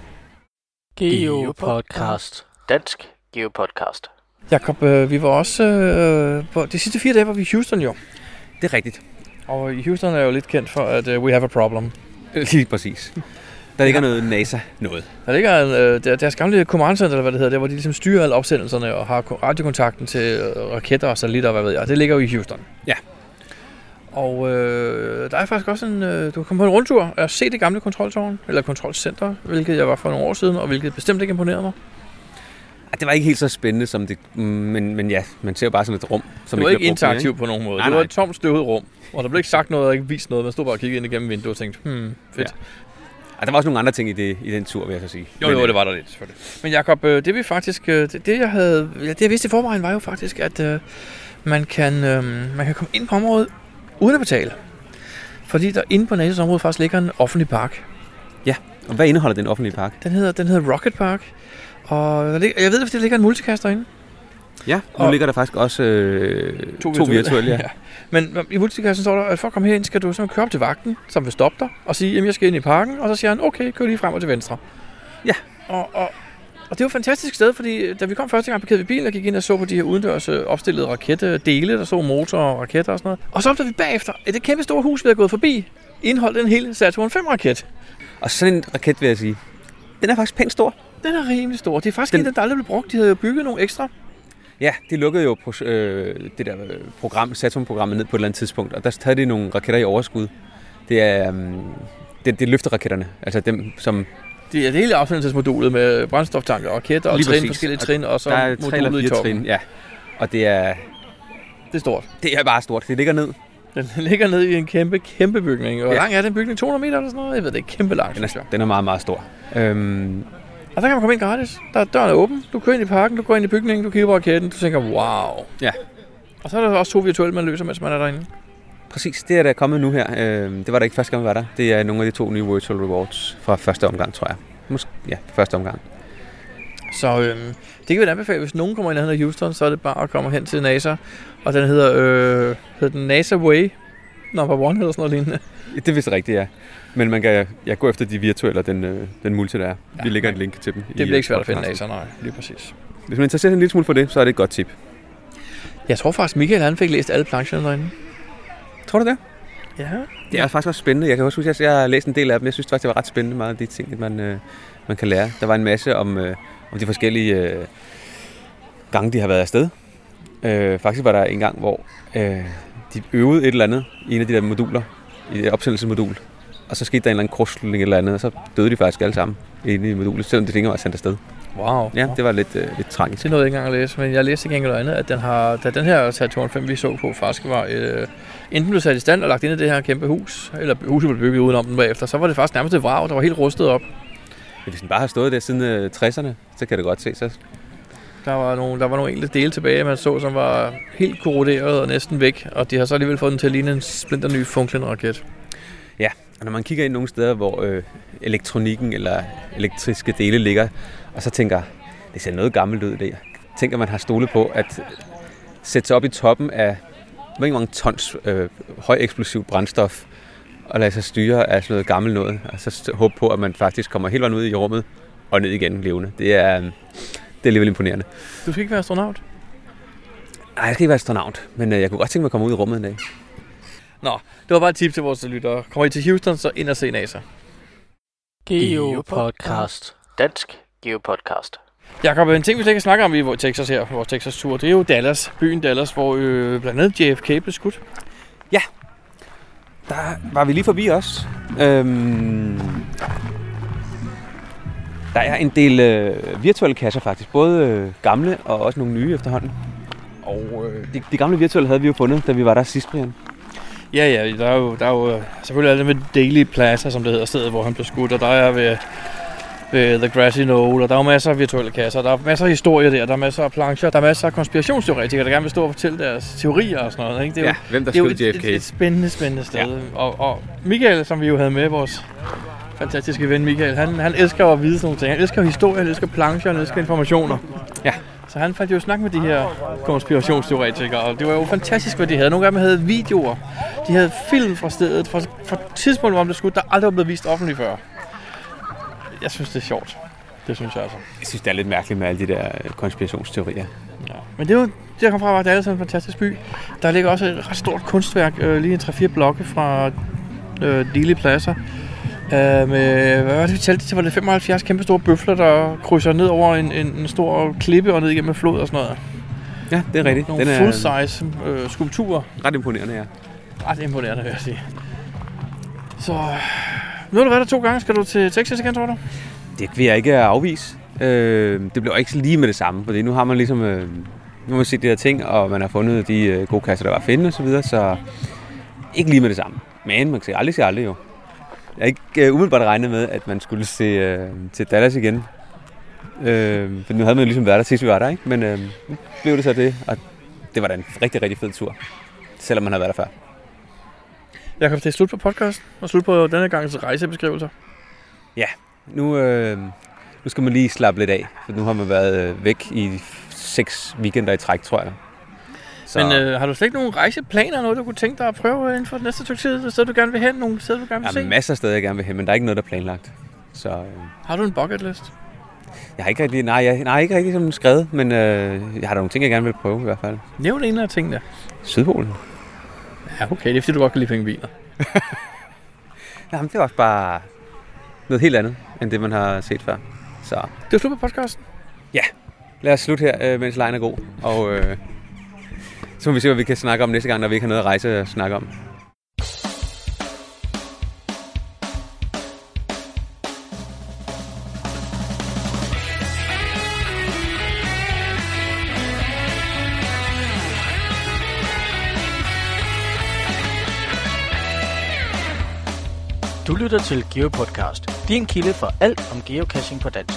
Speaker 3: Geopodcast. Dansk Geopodcast.
Speaker 1: Jakob, øh, vi var også... Øh, på, de sidste fire dage var vi i Houston jo.
Speaker 2: Det er rigtigt.
Speaker 1: Og i Houston er jo lidt kendt for, at uh, we have a problem.
Speaker 2: Lige præcis. Der ligger noget NASA noget.
Speaker 1: Der ligger en, øh, der, deres gamle command center, eller hvad det hedder, der hvor de ligesom styrer alle opsendelserne og har ko- radiokontakten til øh, raketter og satellitter og hvad ved jeg. Det ligger jo i Houston.
Speaker 2: Ja.
Speaker 1: Og øh, der er faktisk også en, øh, du kan komme på en rundtur og se det gamle kontroltårn, eller kontrolcenter, hvilket jeg var for nogle år siden, og hvilket bestemt ikke imponerede mig.
Speaker 2: Ej, Det var ikke helt så spændende som det, mm, men, men ja, man ser jo bare sådan et rum, som
Speaker 1: det var
Speaker 2: ikke
Speaker 1: ikke
Speaker 2: bliver brugt mere,
Speaker 1: interaktivt på nogen måde.
Speaker 2: Nej,
Speaker 1: det var
Speaker 2: nej.
Speaker 1: et tomt støvet rum, og der blev ikke sagt noget og ikke vist noget. Man stod bare og kiggede ind igennem vinduet og tænkte, hmm, fedt.
Speaker 2: Ej, Ah, der var også nogle andre ting i, det, i den tur, vil jeg så sige.
Speaker 1: Jo, jo, det var der lidt, selvfølgelig. Men Jacob, øh, det vi faktisk, øh, det, det jeg havde, ja, det jeg vidste i forvejen var jo faktisk, at øh, man, kan, øh, man kan komme ind på området uden at betale. Fordi der inde på NASA's område faktisk ligger en offentlig park.
Speaker 2: Og øh, hvad indeholder den offentlige park?
Speaker 1: Den hedder, den hedder Rocket Park. Og der ligger, jeg ved det, fordi der ligger en multicaster inde.
Speaker 2: Ja, nu og
Speaker 1: Og-
Speaker 2: ligger der faktisk også øh, to, to
Speaker 1: virtuelle.
Speaker 2: virtuelle. Ja.
Speaker 1: Ja. Men øh, i multikassen står der, at for at komme herind, skal du simpelthen køre op til vagten, som vil stoppe dig, og sige, at jeg skal ind i parken, og så siger han, okay, kør lige frem og til venstre.
Speaker 2: Ja.
Speaker 1: Og, og Og det var et fantastisk sted, fordi øh, da vi kom første gang, parkerede vi bilen og gik ind og så på de her udendørs øh, opstillede raketdele, der så motor og raketter og sådan noget. Og så opdagede vi bagefter, at det kæmpe store hus, vi havde gået forbi, indeholdt en hel Saturn 5-raket.
Speaker 2: Og sådan en raket, vil jeg sige, den er faktisk pænt stor.
Speaker 1: Den er rimelig stor. Det er faktisk den...
Speaker 2: Den-
Speaker 1: en, den der aldrig blev brugt. De havde jo bygget nogle ekstra.
Speaker 2: Ja, de lukkede jo pro- øh, det der øh, program, Saturn-programmet ned på et eller andet tidspunkt, og der havde de nogle raketter i overskud. Det er, øh, det, det er løfteraketterne, altså dem, som
Speaker 1: Det er det hele affindelsesmodulet med brændstoftanker og raketter og
Speaker 2: Lige
Speaker 1: trin,
Speaker 2: præcis.
Speaker 1: forskellige
Speaker 2: Og
Speaker 1: trin, og så
Speaker 2: der er tre eller
Speaker 1: modulet i
Speaker 2: fire
Speaker 1: toppen.
Speaker 2: trin. Ja. Og det er,
Speaker 1: Det er stort.
Speaker 2: det er bare stort. Det ligger ned.
Speaker 1: Den ligger ned i en kæmpe, kæmpe bygning. Og hvor
Speaker 2: Ja.
Speaker 1: lang er den bygning? 200 meter eller sådan noget? Jeg ved det er kæmpe langt,
Speaker 2: Den
Speaker 1: synes jeg.
Speaker 2: er, den er meget, meget stor. Øhm,
Speaker 1: Og der kan man komme ind gratis. Der er døren er åben. Du kører ind i parken, du går ind i bygningen, du kigger på raketten, du tænker, wow.
Speaker 2: Ja.
Speaker 1: Og så er der også to virtuelle, man løser, mens man er derinde.
Speaker 2: præcis, det er der kommet nu her. Øhm, det var der ikke første gang, vi var der. Det er nogle af de to nye Virtual Rewards fra første omgang, tror jeg. Måske, ja, første omgang.
Speaker 1: Så øhm, det kan vi da anbefale, hvis nogen kommer ind af Houston, så er det bare at komme hen til NASA. Og den hedder, øh, hedder den NASA Way number one eller sådan noget lignende.
Speaker 2: Det er vist rigtigt, ja. Men man kan ja, gå efter de virtuelle og den, øh, den multi, der er.
Speaker 1: Ja.
Speaker 2: Ja, vi lægger et link til dem. øh,
Speaker 1: Det bliver ikke svært at finde
Speaker 2: podcasten.
Speaker 1: NASA, nej. Lige præcis.
Speaker 2: Hvis man interesserer sig en lille smule for det, så er det et godt tip.
Speaker 1: Jeg tror faktisk, Michael han fik læst alle plancherne derinde.
Speaker 2: Tror du det?
Speaker 1: Ja.
Speaker 2: Det er faktisk også spændende. Jeg kan også huske, at jeg har læst en del af dem. Jeg synes faktisk, det var ret spændende meget af de ting, man, øh, man kan lære. Der var en masse om, øh, om de forskellige øh, gange, de har været afsted. Øh, faktisk var der en gang, hvor øh, de øvede et eller andet i en af de der moduler, i et opsendelsesmodul. Og så skete der en eller anden krusling eller andet, og så døde de faktisk alle sammen inde i modulet, selvom de ikke engang var sendt afsted.
Speaker 1: Wow.
Speaker 2: Ja, det var lidt, øh, lidt tragisk.
Speaker 1: Det nåede jeg ikke engang at læse, men jeg læste ikke engang andet, at den har, da den her Saturn 5, vi så på, faktisk var øh, enten blev sat i stand og lagt ind i det her kæmpe hus, eller huset blev bygget udenom den bagefter, så var det faktisk nærmest et vrag, der var helt rustet op.
Speaker 2: Ja, hvis den bare har stået der siden øh, 60'erne, så kan det godt se. Så
Speaker 1: Der var nogle, der var nogle enkelte dele tilbage, man så, som var helt korroderet og næsten væk, og de har så alligevel fået den til at ligne en splinter ny Funklin-raket.
Speaker 2: Og når man kigger ind nogle steder, hvor øh, elektronikken eller elektriske dele ligger, og så tænker, det ser noget gammelt ud der. Tænker, man har stole på at sætte sig op i toppen af hvor mange tons øh, højeksplosivt brændstof, og lade sig styre af sådan noget gammelt noget, og så st- håbe på, at man faktisk kommer hele vejen ud i rummet og ned igen levende. Det er, øh, det er alligevel imponerende.
Speaker 1: Du skal ikke være astronaut.
Speaker 2: Nej, jeg skal ikke være astronaut, men øh, jeg kunne godt tænke mig at komme ud i rummet en dag.
Speaker 1: Det var bare et tip til vores lyttere. Kommer I til Houston, så ind og se NASA.
Speaker 3: Geopodcast. Dansk Geopodcast.
Speaker 1: Jakob, en ting vi slet ikke snakker om i vores Texas her, vores Texas-tur, det er jo Dallas, byen Dallas, hvor øh, blandt andet JFK blev skudt.
Speaker 2: Der var vi lige forbi også. Øhm, der er en del øh, virtuelle kasser faktisk, både øh, gamle og også nogle nye efterhånden. Og øh, de, de gamle virtuelle havde vi jo fundet, da vi var der sidst, Brian.
Speaker 1: Ja, ja, der er jo, der er jo øh, selvfølgelig alt det med Daily Plaza, som det hedder, stedet, hvor han blev skudt, og der er ved, ved The Grassy Knoll, og der er jo masser af virtuelle kasser, der er masser af historier der, der er masser af plancher, der er masser af konspirationsteoretikere, der gerne vil stå og fortælle deres teorier og sådan noget. Ikke? Det er jo,
Speaker 2: hvem der
Speaker 1: det er jo et, et, et spændende, spændende sted. Ja. Og, og Michael, som vi jo havde med, vores fantastiske ven Michael, han, han elsker jo at vide sådan nogle ting. Han elsker jo historie, han elsker plancher, han elsker informationer.
Speaker 2: Ja.
Speaker 1: Så han faldt jo i snak med de her konspirationsteoretikere, og det var jo fantastisk, hvad de havde. Nogle af dem havde videoer, de havde film fra stedet, fra, fra tidspunktet, hvor det skulle, der aldrig var blevet vist offentligt før. Jeg synes, det er sjovt. Det synes jeg altså.
Speaker 2: Jeg synes, det er lidt mærkeligt med alle de der øh, konspirationsteorier.
Speaker 1: Ja. Men det er jo, det jeg kom fra, var at Dallas er en fantastisk by. Der ligger også et ret stort kunstværk, øh, lige en 3-4 blokke fra øh, Dili Plaza. Øh, med, hvad var det, vi talte til? Var det 75 kæmpe store bøfler, der krydser ned over en, en, en stor klippe og ned igennem en flod og sådan noget.
Speaker 2: Ja, det er rigtigt.
Speaker 1: Nogle
Speaker 2: Den er
Speaker 1: full-size øh, skulpturer.
Speaker 2: ret imponerende, ja.
Speaker 1: Ret imponerende, vil jeg sige. Så nu har du været der to gange. Skal du til Texas igen, tror du?
Speaker 2: Det vil jeg ikke afvise. Øh, det bliver ikke lige med det samme, fordi nu har man ligesom... Øh, nu har man set de her ting, og man har fundet de øh, gode kasser, der var at finde osv., så, videre, så ikke lige med det samme. Men man kan sige aldrig sige aldrig jo. Jeg har ikke øh, umiddelbart regnet med, at man skulle se øh, til Dallas igen. Øh, for nu havde man jo ligesom været der sidst, vi var der, ikke? Men øh, nu blev det så det, og det var da en rigtig, rigtig fed tur. Selvom man havde været der før.
Speaker 1: Jakob, det er slut på podcasten og slut på denne gangs rejsebeskrivelser.
Speaker 2: Nu, øh, nu skal man lige slappe lidt af, for nu har man været øh, væk i seks weekender i træk, tror jeg. Så,
Speaker 1: Men øh, har du slet ikke nogen rejseplaner, noget du kunne tænke dig at prøve inden for den næste stykke tid? Så du gerne vil hen, nogle steder du gerne
Speaker 2: der
Speaker 1: vil
Speaker 2: er
Speaker 1: se?
Speaker 2: masser af steder, jeg gerne vil hen, men der er ikke noget, der er planlagt. Så øh,
Speaker 1: Har du en bucket list?
Speaker 2: Jeg har ikke rigtig, nej, jeg, nej, ikke rigtig sådan skrevet, men øh, jeg har da nogle ting, jeg gerne vil prøve i hvert fald.
Speaker 1: Nævn en af tingene.
Speaker 2: Sydpolen.
Speaker 1: Ja, okay, det er fordi, du godt kan lide pingviner.
Speaker 2: Jamen, det er også bare noget helt andet, end det, man har set før. Så
Speaker 1: Det var slut på podcasten.
Speaker 2: lad os slutte her, øh, mens lejen er god. Og øh, så må vi se, hvad vi kan snakke om næste gang, når vi ikke har noget at rejse at snakke om.
Speaker 3: Du lytter til GeoPodcast, din kilde for alt om geocaching på dansk.